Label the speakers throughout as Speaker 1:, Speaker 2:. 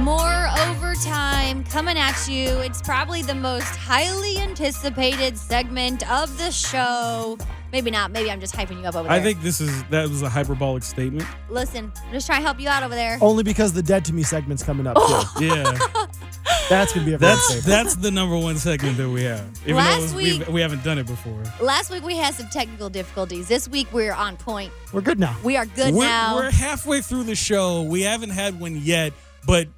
Speaker 1: More overtime coming at you. It's probably the most highly anticipated segment of the show. Maybe not. Maybe I'm just hyping you up over there.
Speaker 2: I think this is that was a hyperbolic statement.
Speaker 1: Listen, I'm just trying to help you out over there.
Speaker 3: Only because the Dead to Me segment's coming up, too.
Speaker 2: Yeah,
Speaker 3: That's going to be a
Speaker 2: that's
Speaker 3: favorite.
Speaker 2: that's the number one segment that we have. Even
Speaker 1: Last
Speaker 2: though we've-
Speaker 1: week-
Speaker 2: we haven't done it before.
Speaker 1: Last week we had some technical difficulties. This week we're on point.
Speaker 3: We're good now.
Speaker 1: We are good
Speaker 2: we're,
Speaker 1: now.
Speaker 2: we're halfway through the show. We haven't had one yet, but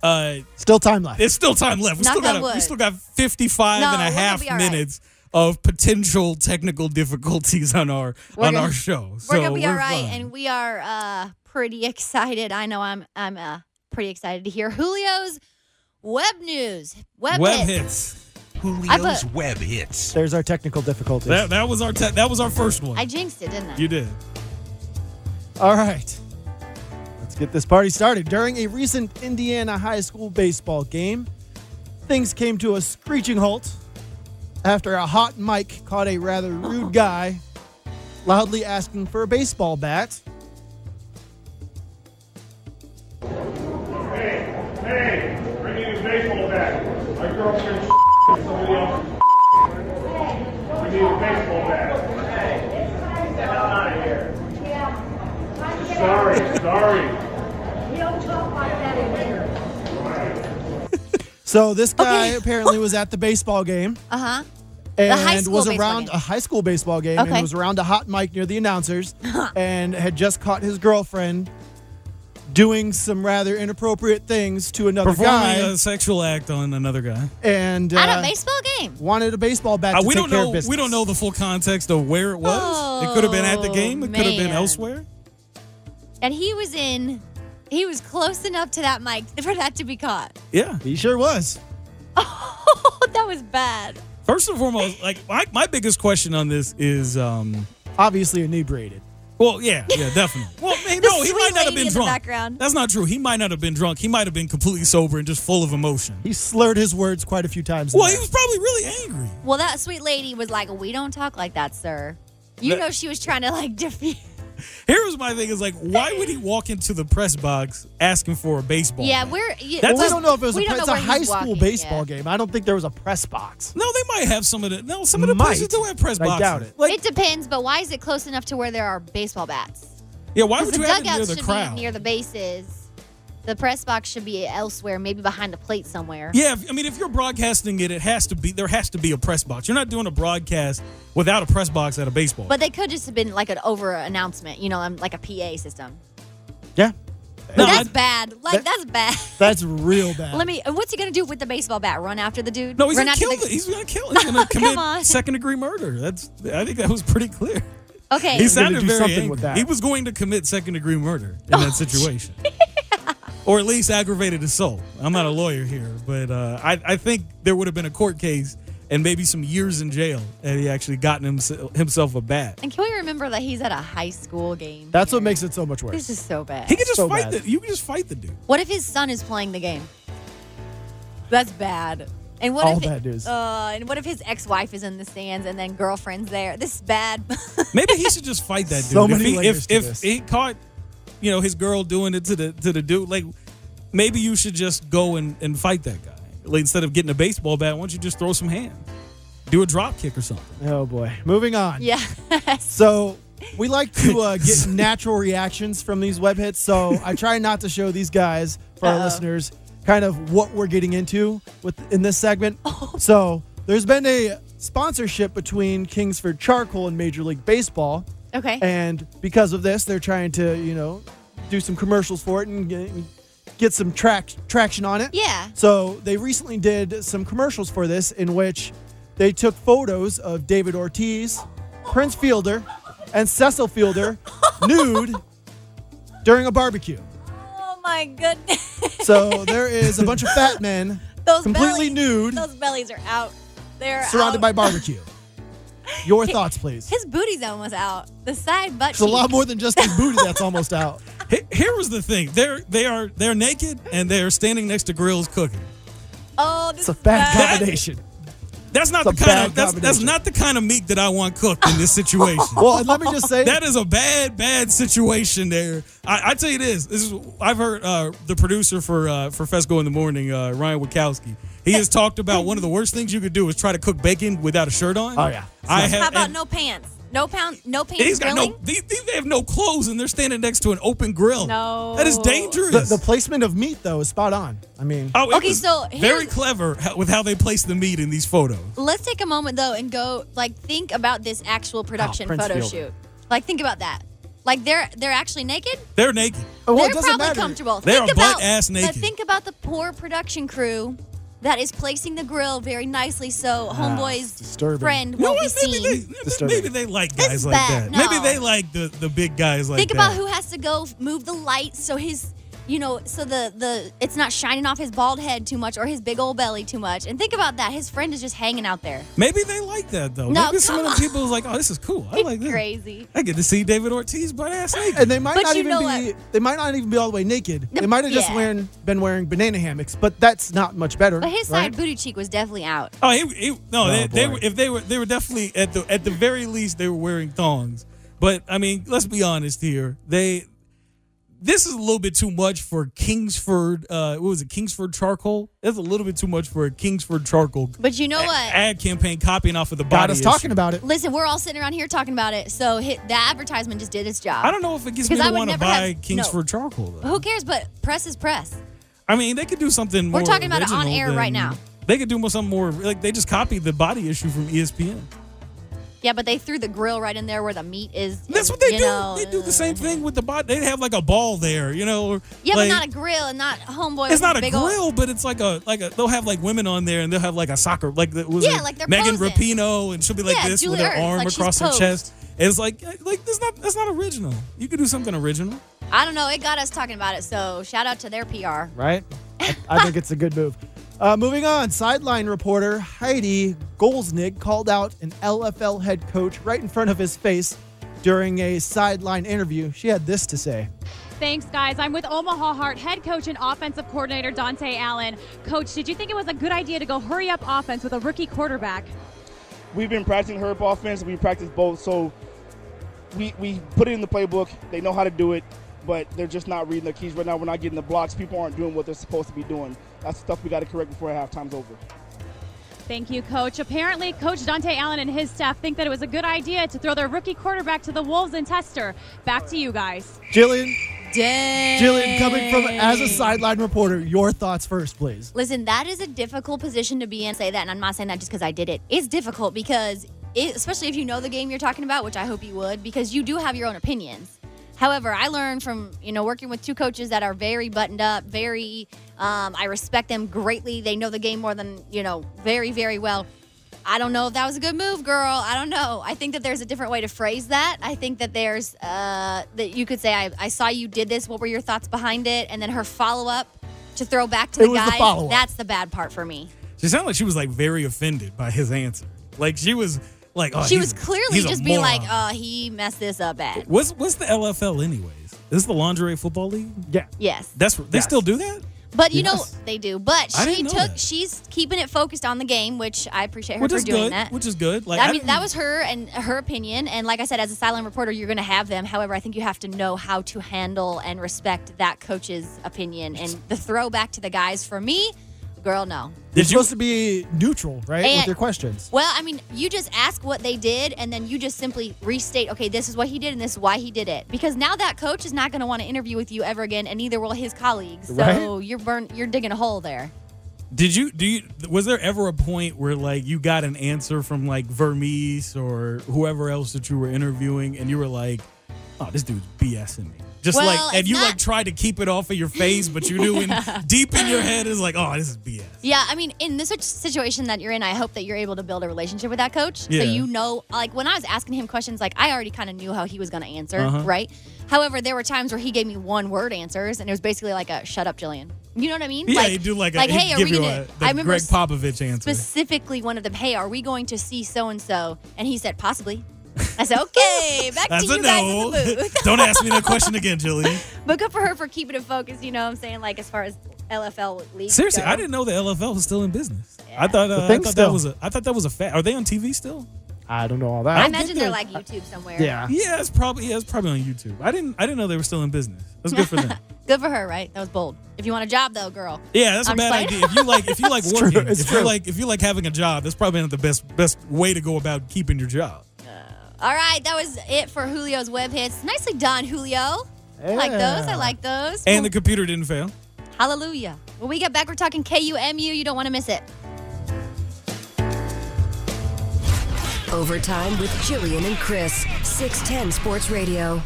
Speaker 2: uh
Speaker 3: Still time left.
Speaker 2: it's still time left. We
Speaker 1: Knock
Speaker 2: still got
Speaker 1: on
Speaker 2: a- we
Speaker 1: wood.
Speaker 2: still got 55
Speaker 1: No,
Speaker 2: and
Speaker 1: we're
Speaker 2: a
Speaker 1: gonna
Speaker 2: half
Speaker 1: be all right.
Speaker 2: minutes of potential technical difficulties on our
Speaker 1: We're
Speaker 2: on
Speaker 1: gonna-
Speaker 2: our show. So
Speaker 1: we're gonna be all right,
Speaker 2: fine.
Speaker 1: and we are uh, pretty excited. I know I'm. I'm uh, pretty excited to hear Julio's web news. Web,
Speaker 2: web
Speaker 1: hits.
Speaker 2: hits.
Speaker 4: Julio's web hits.
Speaker 3: There's our technical difficulties.
Speaker 2: That that was our te- that was our first one.
Speaker 1: I jinxed it, didn't I?
Speaker 2: you did.
Speaker 3: All right. Let's get this party started. During a recent Indiana high school baseball game, things came to a screeching halt after a hot mic caught a rather rude
Speaker 1: Uh-huh.
Speaker 3: guy loudly asking for a baseball bat.
Speaker 5: Hey, hey, bring me the baseball bat. I grew up here and somebody else. We need a baseball bat. Sorry, sorry.
Speaker 3: So this guy
Speaker 1: Okay.
Speaker 3: apparently was at the baseball game
Speaker 1: Uh huh.
Speaker 3: and
Speaker 1: high school
Speaker 3: was
Speaker 1: baseball
Speaker 3: around
Speaker 1: game.
Speaker 3: a high school baseball game
Speaker 1: Okay.
Speaker 3: and was around a hot mic near the announcers and had just caught his girlfriend doing some rather inappropriate things to another
Speaker 2: Performing
Speaker 3: guy
Speaker 2: a sexual act on another guy.
Speaker 3: and uh,
Speaker 1: At a baseball game.
Speaker 3: wanted a baseball bat.
Speaker 2: Uh,
Speaker 3: to
Speaker 2: we
Speaker 3: take
Speaker 2: don't
Speaker 3: care
Speaker 2: know.
Speaker 3: Of business.
Speaker 2: We don't know the full context of where it was. it could have been at the game. It could have been
Speaker 1: Oh, man.
Speaker 2: elsewhere.
Speaker 1: And he was in. He was close enough to that mic for that to be caught.
Speaker 2: Yeah.
Speaker 3: He sure was.
Speaker 1: Oh, that was bad.
Speaker 2: First and foremost, like my, my biggest question on this is, um,
Speaker 3: Obviously inebriated.
Speaker 2: well, yeah, yeah, definitely. Well, hey, no, he
Speaker 1: sweet
Speaker 2: might not have
Speaker 1: lady in
Speaker 2: been
Speaker 1: the
Speaker 2: drunk.
Speaker 1: background.
Speaker 2: That's not true. He might not have been drunk. He might have been completely sober and just full of emotion.
Speaker 3: He slurred his words quite a few times. in
Speaker 2: Well,
Speaker 3: there.
Speaker 2: he was probably really angry.
Speaker 1: Well, that sweet lady was like, "We don't talk like that, sir." You
Speaker 2: That-
Speaker 1: know, she was trying to like defeat.
Speaker 2: Here's my thing: is like, why would he walk into the press box asking for a baseball?
Speaker 1: Yeah,
Speaker 2: bat?
Speaker 1: we're. You,
Speaker 2: That's
Speaker 3: well, we
Speaker 2: just-
Speaker 3: don't know if it was a,
Speaker 1: we don't
Speaker 3: press-
Speaker 1: know
Speaker 3: it's a
Speaker 1: where
Speaker 3: high
Speaker 1: he's
Speaker 3: school
Speaker 1: walking
Speaker 3: baseball
Speaker 1: yet.
Speaker 3: game. I don't think there was a press box.
Speaker 2: No, they might have some of the. No, some of the
Speaker 3: Might.
Speaker 2: places do have press
Speaker 3: I
Speaker 2: boxes.
Speaker 3: doubt it.
Speaker 2: Like,
Speaker 1: it depends, but why is it close enough to where there are baseball bats?
Speaker 2: yeah, why
Speaker 1: Because
Speaker 2: would
Speaker 1: the
Speaker 2: you have it near
Speaker 1: dugouts
Speaker 2: the
Speaker 1: should
Speaker 2: crowd?
Speaker 1: be near the bases. The press box should be elsewhere, maybe behind the plate somewhere.
Speaker 2: Yeah, if, I mean, if you're broadcasting it, it has to be there has to be a press box. You're not doing a broadcast without a press box at a baseball.
Speaker 1: But they could just have been like an over announcement, you know, um, like a PA system.
Speaker 3: Yeah,
Speaker 2: No,
Speaker 1: But that's
Speaker 2: I-
Speaker 1: bad. Like that's bad.
Speaker 3: that's real bad.
Speaker 1: Let me. uh, What's he gonna do with the baseball bat? Run after the dude?
Speaker 2: no, he's
Speaker 1: Run
Speaker 2: gonna
Speaker 1: after
Speaker 2: kill.
Speaker 1: the-
Speaker 2: it. He's gonna kill. it. He's gonna
Speaker 1: Come on.
Speaker 2: commit second degree murder. That's I think that was pretty clear.
Speaker 1: Okay.
Speaker 2: He
Speaker 3: gonna
Speaker 2: sounded
Speaker 3: do
Speaker 2: very
Speaker 3: something
Speaker 2: angry.
Speaker 3: with that. Oh,
Speaker 2: He was going to commit second degree murder in that situation, or at least aggravated assault. I'm not a lawyer here, but uh, I, I think there would have been a court case and maybe some years in jail had he actually gotten himself, himself a bat.
Speaker 1: And can we remember that he's at a high school game?
Speaker 3: That's what
Speaker 1: here?
Speaker 3: makes it so much
Speaker 1: This
Speaker 3: worse.
Speaker 1: is so bad.
Speaker 2: He could just
Speaker 3: So
Speaker 2: fight
Speaker 3: bad.
Speaker 2: the. You could just fight the dude.
Speaker 1: What if his son is playing the game? That's bad. And what
Speaker 3: All
Speaker 1: if
Speaker 3: bad news.
Speaker 1: Uh, and what if his ex-wife is in the stands and then girlfriend's there? This is bad.
Speaker 2: Maybe he should just fight that dude.
Speaker 3: So
Speaker 2: if
Speaker 3: many
Speaker 2: he,
Speaker 3: layers
Speaker 2: if,
Speaker 3: to
Speaker 2: if
Speaker 3: this.
Speaker 2: he caught, you know, his girl doing it to the to the dude, like maybe you should just go and, and fight that guy. Like, instead of getting a baseball bat, why don't you just throw some hands? Do a drop kick or something.
Speaker 3: Oh boy. Moving on.
Speaker 1: Yes.
Speaker 3: So we like to uh, get natural reactions from these web hits. So I try not to show these guys for our
Speaker 1: Uh-oh.
Speaker 3: listeners kind of what we're getting into with in this segment.
Speaker 1: Oh.
Speaker 3: So there's been a sponsorship between Kingsford Charcoal and Major League Baseball,
Speaker 1: Okay.
Speaker 3: and because of this, they're trying to you know do some commercials for it and get, get some track traction on it.
Speaker 1: yeah.
Speaker 3: So they recently did some commercials for this in which they took photos of David Ortiz, Prince Fielder, and Cecil Fielder nude during a barbecue.
Speaker 1: Oh my goodness.
Speaker 3: So there is a bunch of fat men
Speaker 1: Those
Speaker 3: completely
Speaker 1: bellies,
Speaker 3: nude
Speaker 1: Those bellies are out. They're
Speaker 3: surrounded
Speaker 1: out.
Speaker 3: by barbecue. Your thoughts, please.
Speaker 1: His booty zone was out. The side butt.
Speaker 3: It's a lot
Speaker 1: cheek.
Speaker 3: more than just his booty that's almost out.
Speaker 2: He- Here was the thing: they're they are they're naked and they're standing next to grills cooking.
Speaker 1: Oh, this
Speaker 3: It's a bad
Speaker 1: is bad.
Speaker 3: combination.
Speaker 2: That's not
Speaker 3: It's
Speaker 2: the
Speaker 3: a
Speaker 2: kind
Speaker 3: bad
Speaker 2: of that's, that's
Speaker 3: combination.
Speaker 2: not the kind of meat that I want cooked in this situation.
Speaker 3: Well, and let me just say,
Speaker 2: that is a bad, bad situation there. I, I tell you this: this is I've heard uh, the producer for uh, for Fesco in the morning, uh, Ryan Wachowski. He has talked about one of the worst things you could do is try to cook bacon without a shirt on.
Speaker 3: Oh, yeah.
Speaker 2: I have.
Speaker 1: How about
Speaker 2: and-
Speaker 1: no pants? No pound. No pants.
Speaker 2: and he's got
Speaker 1: grilling?
Speaker 2: no. They, they they have no clothes, and they're standing next to an open grill.
Speaker 1: No.
Speaker 2: that is
Speaker 3: the,
Speaker 2: dangerous.
Speaker 3: the placement of meat, though, is spot on. I mean,
Speaker 2: Oh, it
Speaker 1: Okay,
Speaker 2: was
Speaker 1: so
Speaker 2: very
Speaker 1: here's-
Speaker 2: clever ho- with how they place the meat in these photos.
Speaker 1: Let's take a moment though and go like think about this
Speaker 2: Oh,
Speaker 1: actual production
Speaker 3: Prince
Speaker 1: photo
Speaker 3: Fielder.
Speaker 1: shoot. Like think about that. Like they're they're actually naked.
Speaker 2: They're naked.
Speaker 3: well, it
Speaker 1: they're
Speaker 3: doesn't
Speaker 1: probably
Speaker 3: matter.
Speaker 1: comfortable.
Speaker 2: They
Speaker 1: think
Speaker 2: are
Speaker 1: about
Speaker 2: butt-ass
Speaker 1: but
Speaker 2: naked.
Speaker 1: think about the poor production crew that is placing the grill very nicely so homeboy's
Speaker 3: disturbing.
Speaker 1: friend
Speaker 2: Ah, No,
Speaker 1: won't be
Speaker 2: maybe
Speaker 1: seen.
Speaker 2: they, maybe-
Speaker 3: Disturbing.
Speaker 2: maybe they like
Speaker 1: This
Speaker 2: guys
Speaker 1: is
Speaker 2: like
Speaker 1: bad.
Speaker 2: that. Maybe
Speaker 1: No.
Speaker 2: they like the, the big guys like
Speaker 1: think
Speaker 2: that.
Speaker 1: about who has to go f- move the lights so his you know so the the it's not shining off his bald head too much or his big old belly too much. And think about that. His friend is just hanging out there.
Speaker 2: Maybe they like that though.
Speaker 1: No,
Speaker 2: Maybe some of
Speaker 1: come
Speaker 2: the people is like, "Oh, this is cool. I like this.
Speaker 1: Crazy.
Speaker 2: I get to see David Ortiz butt ass naked."
Speaker 3: and they might
Speaker 1: But
Speaker 3: not
Speaker 1: you
Speaker 3: even
Speaker 1: know
Speaker 3: be they might not even be all the way naked.
Speaker 1: The-
Speaker 3: They might have just
Speaker 1: yeah.
Speaker 3: wearing been wearing banana hammocks, but that's not much better.
Speaker 1: But his
Speaker 3: right?
Speaker 1: side booty cheek was definitely out.
Speaker 2: oh, he, he, no,
Speaker 3: Oh,
Speaker 2: they, they
Speaker 3: boy.
Speaker 2: were if they were they were definitely at the at the very least they were wearing thongs. But I mean, let's be honest here. They this is a little bit too much for Kingsford. Uh, what was it? Kingsford charcoal. That's a little bit too much for a Kingsford charcoal
Speaker 1: But you know what?
Speaker 2: ad campaign copying off of the
Speaker 3: got
Speaker 2: body.
Speaker 3: us
Speaker 2: issue.
Speaker 3: talking about it.
Speaker 1: Listen, we're all sitting around here talking about it, so hit, the advertisement just did its job.
Speaker 2: I don't know if it gets me
Speaker 1: Because I
Speaker 2: to
Speaker 1: would
Speaker 2: want to
Speaker 1: never
Speaker 2: buy
Speaker 1: have- no.
Speaker 2: Kingsford charcoal though.
Speaker 1: Who cares? But press is press.
Speaker 2: I mean, they could do something.
Speaker 1: We're
Speaker 2: more
Speaker 1: talking about it on
Speaker 2: original
Speaker 1: air
Speaker 2: than-
Speaker 1: right now.
Speaker 2: They could do more- something more. Like they just copied the body issue from E ESPN.
Speaker 1: Yeah, but they threw the grill right in there where the meat is.
Speaker 2: That's what they
Speaker 1: you
Speaker 2: do.
Speaker 1: know. uh,
Speaker 2: they do the same thing with the body. They have like a ball there, you know. Or
Speaker 1: Yeah,
Speaker 2: like,
Speaker 1: but not a grill and not homeboy.
Speaker 2: It's
Speaker 1: with
Speaker 2: not
Speaker 1: his
Speaker 2: a
Speaker 1: big
Speaker 2: grill,
Speaker 1: Old,
Speaker 2: but it's like a like a. They'll have like women on there, and they'll have like a soccer like the, was
Speaker 1: Yeah,
Speaker 2: it
Speaker 1: like they're
Speaker 2: Megan
Speaker 1: posing.
Speaker 2: Rapinoe, and she'll be like
Speaker 1: Yeah,
Speaker 2: this
Speaker 1: Julie
Speaker 2: with her
Speaker 1: Ertz,
Speaker 2: arm
Speaker 1: like she's
Speaker 2: across her
Speaker 1: posed.
Speaker 2: chest. It's like eh, like that's not that's not original. You could do something original.
Speaker 1: I don't know. It got us talking about it. So shout out to their PR.
Speaker 3: Right? I, I think it's a good move. Uh, moving on, sideline reporter Heidi Golznig called out an LFL head coach right in front of his face during a sideline interview. She had this to say.
Speaker 6: Thanks, guys. I'm with Omaha Heart head coach and offensive coordinator Dante Allen. Coach, did you think it was a good idea to go hurry up offense with a rookie quarterback?
Speaker 7: we've been practicing herb offense. We practice both, so we we put it in the playbook. They know how to do it, but they're just not reading their keys right now. We're not getting the blocks. People aren't doing what they're supposed to be doing. That's stuff we got to correct before halftime's over.
Speaker 6: Thank you, coach. Apparently, Coach Dante Allen and his staff think that it was a good idea to throw their rookie quarterback to the Wolves and Tester. Back to you guys.
Speaker 3: Jillian,
Speaker 1: Dang.
Speaker 3: Jillian, coming from as a sideline reporter, your thoughts first, please.
Speaker 1: Listen, that is a difficult position to be in. Say that, and I'm not saying that just because I did it. It's difficult because, it, especially if you know the game you're talking about, which I hope you would, because you do have your own opinions. However, I learned from you know working with two coaches that are very buttoned up, very. Um, I respect them greatly. They know the game more than you know, very very well. I don't know if that was a good move, girl. I don't know. I think that there's a different way to phrase that. I think that there's uh, that you could say, I, "I saw you did this. What were your thoughts behind it?" And then her follow up to throw back to
Speaker 3: It
Speaker 1: the
Speaker 3: was the
Speaker 1: guy.
Speaker 3: follow-up.
Speaker 1: That's the bad part for me.
Speaker 2: She sounded like she was like very offended by his answer. Like she was like oh,
Speaker 1: she was
Speaker 2: he's a-
Speaker 1: clearly
Speaker 2: he's a
Speaker 1: just being
Speaker 2: moron.
Speaker 1: like, "Uh, he messed this up bad."
Speaker 2: What's what's the LFL anyways? This is the lingerie football league.
Speaker 3: Yeah.
Speaker 1: Yes,
Speaker 2: That's they still do that.
Speaker 1: But you
Speaker 2: Yes.
Speaker 1: know they do. But
Speaker 2: I
Speaker 1: she
Speaker 2: didn't know
Speaker 1: took.
Speaker 2: that.
Speaker 1: She's keeping it focused on the game, which I appreciate her
Speaker 2: which
Speaker 1: for
Speaker 2: is
Speaker 1: doing
Speaker 2: good.
Speaker 1: that.
Speaker 2: Which is good. Like
Speaker 1: I mean,
Speaker 2: didn't-
Speaker 1: that was her and her opinion. And like I said, as a silent reporter, you're going to have them. However, I think you have to know how to handle and respect that coach's opinion. And the throwback to the guys, for me, girl, no.
Speaker 3: You're supposed to be neutral, right,
Speaker 1: And-
Speaker 3: with your questions.
Speaker 1: Well, I mean, you just ask what they did, and then you just simply restate, okay, this is what he did, and this is why he did it. Because now that coach is not going to want to interview with you ever again, and neither will his colleagues. So
Speaker 3: Right.
Speaker 1: you're burn, you're digging a hole there.
Speaker 2: Did you do you was there ever a point where like you got an answer from like Vermees or whoever else that you were interviewing and you were like, Oh, this dude's BSing me. Just
Speaker 1: Well,
Speaker 2: like and
Speaker 1: it's
Speaker 2: you
Speaker 1: not-
Speaker 2: like tried to keep it off of your face, but you knew in deep in your head is like, oh, this is BS.
Speaker 1: Yeah, I mean, in this situation that you're in, I hope that you're able to build a relationship with that coach.
Speaker 2: Yeah.
Speaker 1: So you know, like when I was asking him questions, like I already kind of knew how he was going to answer,
Speaker 2: Uh-huh.
Speaker 1: right? However, there were times where he gave me one word answers, and it was basically like a "shut up, Jillian." You know what I mean?
Speaker 2: Yeah, he'd do like a
Speaker 1: like
Speaker 2: he'd
Speaker 1: hey, are
Speaker 2: give
Speaker 1: we
Speaker 2: you
Speaker 1: gonna?
Speaker 2: a, the
Speaker 1: I remember
Speaker 2: Greg Popovich answer.
Speaker 1: specifically one of them, hey, are we going to see so and so? And he said, possibly. I said, okay, back
Speaker 2: That's
Speaker 1: to
Speaker 2: a
Speaker 1: you guys
Speaker 2: no.
Speaker 1: in the booth.
Speaker 2: Don't ask me that question again, Jillian.
Speaker 1: but good for her for keeping it focused, you know what I'm saying? Like, as far as LFL league.
Speaker 2: Seriously, I didn't know the LFL was still in business. I thought uh, I
Speaker 3: thing
Speaker 2: thought that
Speaker 3: still.
Speaker 2: was a I thought that was a fact. Are they on TV still?
Speaker 3: I don't know all
Speaker 1: I
Speaker 3: that.
Speaker 2: don't
Speaker 1: imagine
Speaker 2: think
Speaker 1: they're
Speaker 2: they're-
Speaker 1: like YouTube somewhere.
Speaker 3: yeah.
Speaker 2: Yeah, it's probably yeah, it's probably on YouTube. I didn't I didn't know they were still in business. That's good for them.
Speaker 1: Good for her, right? That was bold. If you want a job, though, girl.
Speaker 2: Yeah, that's
Speaker 1: I'm
Speaker 2: a
Speaker 1: just
Speaker 2: bad
Speaker 1: playing.
Speaker 2: idea. If you like, if you like working,
Speaker 3: true, it's
Speaker 2: if
Speaker 3: true.
Speaker 2: you like, if you like having a job, that's probably not the best best way to go about keeping your job.
Speaker 1: All right, that was it for Julio's web hits. Nicely done, Julio. I like those. I
Speaker 3: Yeah.
Speaker 1: like those.
Speaker 2: And the computer didn't fail.
Speaker 1: Hallelujah. When we get back, we're talking KUMU. You don't want to miss it.
Speaker 8: Overtime with Jillian and Chris, 610 Sports Radio.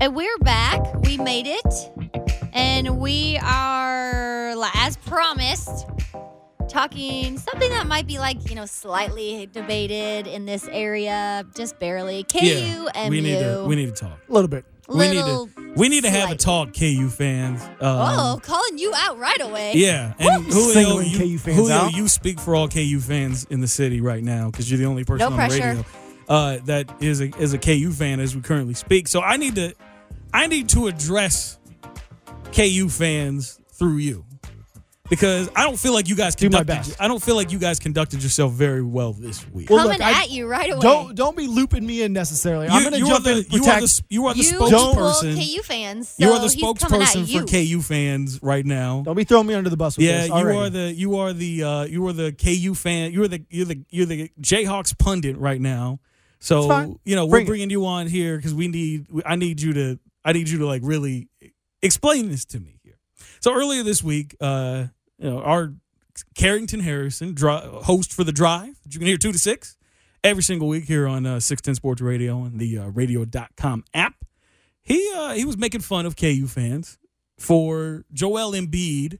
Speaker 1: And we're back. We made it. And we are, li- as promised, talking something that might be like, you know, slightly debated in this area, just barely. KU
Speaker 2: yeah, we need to we need to talk.
Speaker 3: A little bit.
Speaker 2: we need
Speaker 1: Little
Speaker 2: to we need to have a
Speaker 1: slight.
Speaker 2: talk, KU fans. Um,
Speaker 1: Oh, calling you out right away.
Speaker 2: yeah, and Julio,
Speaker 3: Singling
Speaker 2: you,
Speaker 3: KU fans
Speaker 2: Julio,
Speaker 3: out.
Speaker 2: you speak for all KU fans in the city right now because you're the only person
Speaker 1: No
Speaker 2: on
Speaker 1: pressure.
Speaker 2: the radio uh, that is a is a KU fan as we currently speak. So I need to I need to address KU fans through you because I don't feel like you guys
Speaker 3: Do my
Speaker 2: conducted.
Speaker 3: best.
Speaker 2: I don't feel like you guys conducted yourself very well this week.
Speaker 3: Well,
Speaker 1: Coming
Speaker 3: look, I-
Speaker 1: at you right away.
Speaker 3: Don't don't be looping me in necessarily. I'm
Speaker 2: You-
Speaker 3: gonna
Speaker 2: you
Speaker 3: jump
Speaker 2: are
Speaker 3: in
Speaker 2: the,
Speaker 3: and
Speaker 2: you are
Speaker 3: protect-
Speaker 2: the s- you are the
Speaker 1: you
Speaker 2: spokesperson.
Speaker 1: told KU fans. So
Speaker 2: you are the
Speaker 1: he's coming at
Speaker 2: spokesperson
Speaker 1: you.
Speaker 2: for KU fans right now.
Speaker 3: Don't be throwing me under the bus with
Speaker 2: Yeah,
Speaker 3: this.
Speaker 2: you
Speaker 3: already.
Speaker 2: are the you are the uh, you are the KU fan. You're the you're the you're the Jayhawks pundit right now.
Speaker 3: It's fine.
Speaker 2: So you know
Speaker 3: Bring it.
Speaker 2: we're bringing you on here because we need I need you to I need you to like really explain this to me here. So earlier this week, uh, you know our Carrington Harrison dri host for the drive. that You can hear two to six every single week here on uh, 610 Sports Radio and the uh, radio.com app. He uh, he was making fun of KU fans for Joel Embiid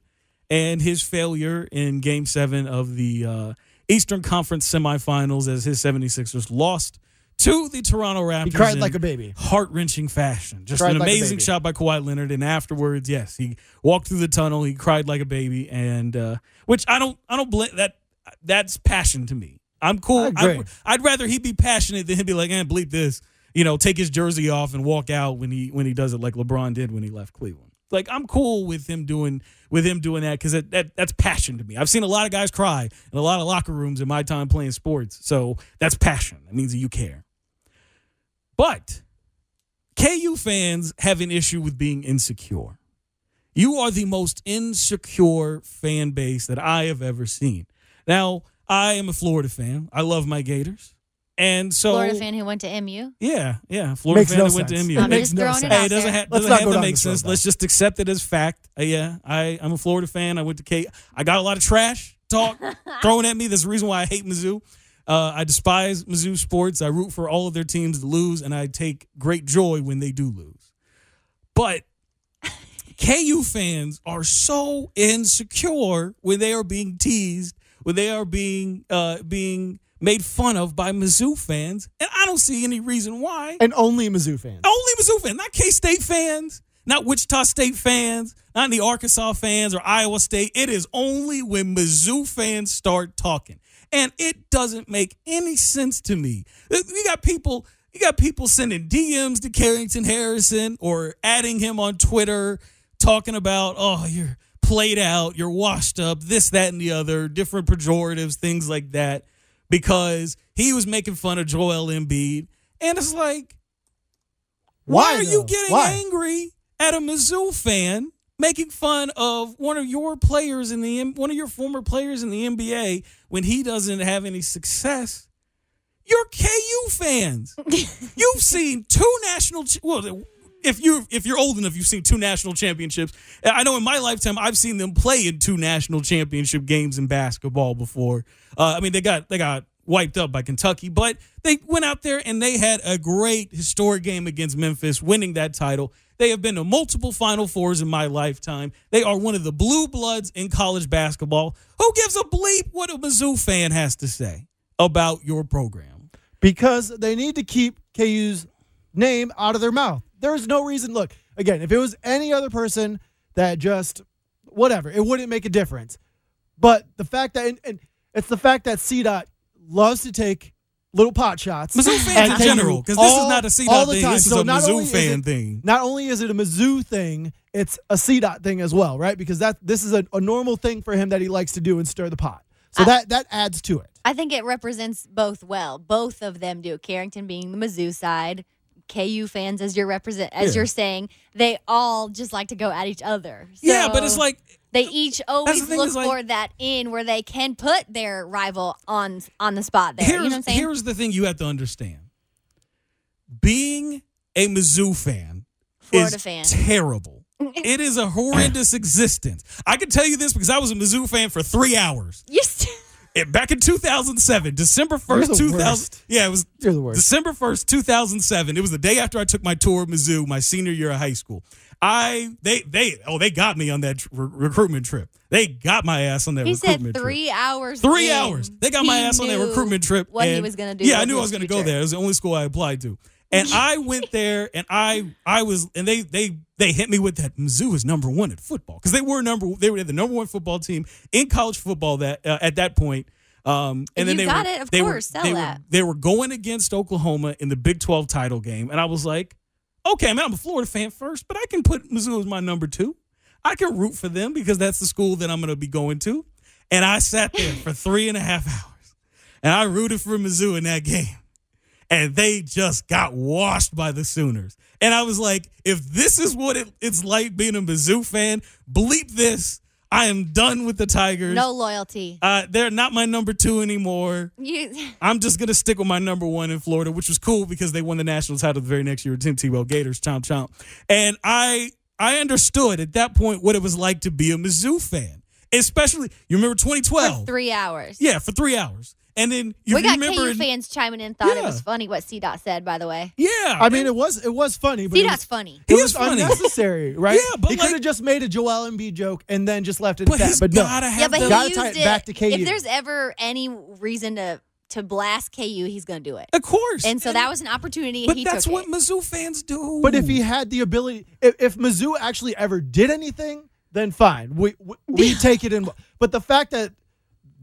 Speaker 2: and his failure in game 7 of the uh, Eastern Conference semifinals as his 76ers lost to the Toronto Raptors.
Speaker 3: He cried
Speaker 2: in
Speaker 3: like a baby.
Speaker 2: heart-wrenching fashion. Just
Speaker 3: Cried
Speaker 2: an
Speaker 3: like a
Speaker 2: amazing
Speaker 3: baby.
Speaker 2: shot by Kawhi Leonard and afterwards, yes, he walked through the tunnel, he cried like a baby and uh, which I don't I don't blame that that's passion to me. I'm cool.
Speaker 3: I agree.
Speaker 2: I'd, I'd rather he be passionate than him be like, "Eh, bleep this." You know, take his jersey off and walk out when he when he does it like LeBron did when he left Cleveland. Like I'm cool with him doing with him doing that because that, that that's passion to me. I've seen a lot of guys cry in a lot of locker rooms in my time playing sports, so that's passion. That means that you care. But KU fans have an issue with being insecure. You are the most insecure fan base that I have ever seen. Now, I am a Florida fan. I love my Gators. And so
Speaker 1: Florida fan who went to MU.
Speaker 2: Yeah, yeah. Florida
Speaker 3: Makes
Speaker 2: fan
Speaker 3: no
Speaker 2: that went
Speaker 3: sense.
Speaker 2: to MU.
Speaker 3: It
Speaker 1: I'm
Speaker 3: makes
Speaker 1: just
Speaker 3: no
Speaker 1: throwing
Speaker 3: sense.
Speaker 1: it out
Speaker 2: Hey, it doesn't,
Speaker 1: there.
Speaker 2: ha-
Speaker 3: Let's
Speaker 2: doesn't
Speaker 3: not
Speaker 2: have
Speaker 3: go
Speaker 2: to
Speaker 3: down
Speaker 2: make
Speaker 3: this road,
Speaker 2: sense.
Speaker 3: though.
Speaker 2: Let's just accept it as fact. Uh, yeah, I, I'm a Florida fan. I went to K. I got a lot of trash talk thrown at me. That's the reason why I hate Mizzou. Uh, I despise Mizzou sports. I root for all of their teams to lose, and I take great joy when they do lose. But KU fans are so insecure when they are being teased, when they are being uh, being made fun of by Mizzou fans, and I don't see any reason why.
Speaker 3: And only Mizzou fans.
Speaker 2: Only Mizzou fans, not K State fans, not Wichita State fans, not the Arkansas fans or Iowa State. It is only when Mizzou fans start talking. And it doesn't make any sense to me. Uh, You got people. You got people sending DMs to Carrington Harrison or adding him on Twitter, talking about, oh, you're played out, you're washed up, this, that, and the other, different pejoratives, things like that, because he was making fun of Joel Embiid. And it's like, why,
Speaker 3: Why,
Speaker 2: are you
Speaker 3: though?
Speaker 2: getting
Speaker 3: Why?
Speaker 2: angry at a Mizzou fan making fun of one of your players in the M- one of your former players in the NBA when he doesn't have any success? You're KU fans. you've seen two national. ch- Well, if you if you're old enough, you've seen two national championships. I know in my lifetime, I've seen them play in two national championship games in basketball before. Uh, I mean, they got they got wiped up by Kentucky, but they went out there and they had a great historic game against Memphis, winning that title. They have been to multiple Final Fours in my lifetime. They are one of the blue bloods in college basketball. Who gives a bleep what a Mizzou fan has to say about your program?
Speaker 3: because they need to keep KU's name out of their mouth. There's no reason. Look, again, if it was any other person that just whatever, it wouldn't make a difference. But the fact that and, and it's the fact that CDOT loves to take little pot shots.
Speaker 2: Mizzou
Speaker 3: at
Speaker 2: fans in
Speaker 3: KU
Speaker 2: general, because this
Speaker 3: all-
Speaker 2: is not a CDOT
Speaker 3: all the
Speaker 2: thing.
Speaker 3: time.
Speaker 2: This is
Speaker 3: So
Speaker 2: a
Speaker 3: not only
Speaker 2: Mizzou
Speaker 3: is
Speaker 2: fan
Speaker 3: it-
Speaker 2: thing.
Speaker 3: Not only is it a Mizzou thing, it's a CDOT thing as well, right? Because that this is a, a normal thing for him that he likes to do and stir the pot. So that that adds to it.
Speaker 1: I think it represents both well. Both of them do. Carrington being the Mizzou side, KU fans as you're represent as
Speaker 2: Yeah.
Speaker 1: you're saying, they all just like to go at each other.
Speaker 2: yeah, but it's
Speaker 1: So
Speaker 2: like
Speaker 1: they each always
Speaker 2: thing,
Speaker 1: look
Speaker 2: is like-
Speaker 1: for that in where they can put their rival on on the spot. There, you know what I'm saying?
Speaker 2: Here's the thing you have to understand. Being a Mizzou fan
Speaker 1: Florida
Speaker 2: is
Speaker 1: fan.
Speaker 2: terrible. it is a horrendous existence. I can tell you this because I was a Mizzou fan for three hours.
Speaker 1: You're st-
Speaker 2: It, back in 2007, December 1st,
Speaker 3: the
Speaker 2: 2000.
Speaker 3: worst.
Speaker 2: Yeah, it was
Speaker 3: You're the worst.
Speaker 2: December 1st, 2007. It was the day after I took my tour of Mizzou, my senior year of high school. I, they, they, oh, they got me on that tr- re- recruitment trip. They got my ass on that
Speaker 1: he
Speaker 2: recruitment
Speaker 1: said
Speaker 2: trip.
Speaker 1: three hours.
Speaker 2: Three
Speaker 1: in,
Speaker 2: hours. They got my
Speaker 1: he
Speaker 2: ass on that
Speaker 1: knew
Speaker 2: recruitment trip.
Speaker 1: What he
Speaker 2: and-
Speaker 1: was gonna do.
Speaker 2: Yeah, I
Speaker 1: with
Speaker 2: knew I
Speaker 1: his
Speaker 2: was gonna go
Speaker 1: future.
Speaker 2: there. It was the only school I applied to, and I went there, and I I was, and they they they hit me with that Mizzou is number one at football because they were number they were the number one football team in college football that uh, at that point. Um, and then
Speaker 1: You
Speaker 2: they
Speaker 1: got
Speaker 2: were,
Speaker 1: it, of
Speaker 2: they
Speaker 1: course,
Speaker 2: Were,
Speaker 1: sell
Speaker 2: they, were,
Speaker 1: that.
Speaker 2: they were going against Oklahoma in the Big Twelve title game, and I was like, okay, man, I'm a Florida fan first, but I can put Mizzou as my number two. I can root for them because that's the school that I'm going to be going to. And I sat there for three and a half hours, and I rooted for Mizzou in that game, and they just got washed by the Sooners. And I was like, if this is what it, it's like being a Mizzou fan, bleep this. I am done with the Tigers.
Speaker 1: No loyalty.
Speaker 2: Uh, they're not my number two anymore.
Speaker 1: You,
Speaker 2: I'm just gonna stick with my number one in Florida, which was cool because they won the national title the very next year. Tim Tebow, Gators, chomp chomp. And I I understood at that point what it was like to be a Mizzou fan, especially you remember 2012.
Speaker 1: for three hours.
Speaker 2: Yeah, for three hours, and then you
Speaker 1: we got
Speaker 2: remember.
Speaker 1: KU
Speaker 2: in-
Speaker 1: fans chiming in, thought it
Speaker 2: Yeah.
Speaker 1: was funny what C Dot said. By the way,
Speaker 2: yeah,
Speaker 3: I mean, it was it was funny, but
Speaker 1: C
Speaker 3: it was
Speaker 1: Dot's funny.
Speaker 2: he
Speaker 3: it
Speaker 2: is
Speaker 3: was
Speaker 2: funny,
Speaker 3: unnecessary, right?
Speaker 2: Yeah, but
Speaker 3: he
Speaker 2: like-
Speaker 3: could have just made a Joel Embiid joke and then just left it
Speaker 2: but
Speaker 3: at
Speaker 2: he's
Speaker 3: that. But no,
Speaker 2: gotta have
Speaker 1: Yeah, but
Speaker 2: the-
Speaker 1: he
Speaker 3: Gotta
Speaker 1: used
Speaker 3: tie it
Speaker 1: it
Speaker 3: back to KU.
Speaker 1: If there's ever any reason to to blast KU, he's going to do it.
Speaker 2: of course.
Speaker 1: And so that was an opportunity.
Speaker 2: But
Speaker 1: he
Speaker 2: that's
Speaker 1: took
Speaker 2: what
Speaker 1: it.
Speaker 2: Mizzou fans do.
Speaker 3: but if he had the ability, if, if Mizzou actually ever did anything, then fine, we we, we take it in. But the fact that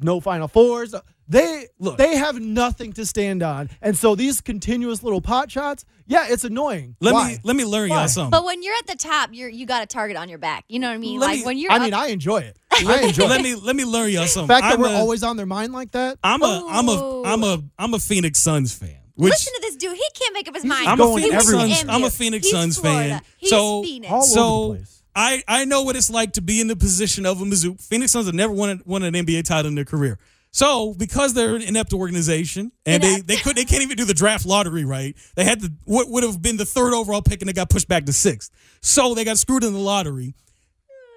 Speaker 3: no Final Fours, they
Speaker 2: Look.
Speaker 3: they have nothing to stand on, and so these continuous little pot shots, yeah, it's annoying.
Speaker 2: let
Speaker 3: Why?
Speaker 2: me let me learn
Speaker 3: Why?
Speaker 2: y'all something.
Speaker 1: But when you're at the top, you're you got a target on your back. You know what I mean?
Speaker 2: Let
Speaker 1: like
Speaker 2: me-
Speaker 1: when you're
Speaker 3: I mean,
Speaker 1: up,
Speaker 3: I enjoy it. I enjoy
Speaker 2: let
Speaker 3: it.
Speaker 2: me let me learn y'all
Speaker 3: The
Speaker 2: something.
Speaker 3: fact that
Speaker 2: I'm
Speaker 3: we're
Speaker 2: a-
Speaker 3: always on their mind like that.
Speaker 2: I'm a I'm a
Speaker 1: Ooh.
Speaker 2: I'm a I'm a Phoenix Suns fan. Which
Speaker 1: listen to this dude. He can't make up his mind.
Speaker 2: I'm
Speaker 3: going
Speaker 2: a Phoenix
Speaker 3: everywhere.
Speaker 2: Suns. I'm a Phoenix
Speaker 1: He's
Speaker 2: Suns fan.
Speaker 1: Florida. He's
Speaker 2: so
Speaker 1: Phoenix.
Speaker 3: All
Speaker 2: so
Speaker 3: over the place.
Speaker 2: I I know what it's like to be in the position of a Mizzou. Phoenix Suns have never won, a- won an NBA title in their career. So because they're an inept organization and they,
Speaker 1: Inept.
Speaker 2: they could they can't even do the draft lottery right. They had the what would have been the third overall pick and they got pushed back to sixth. So they got screwed in the lottery.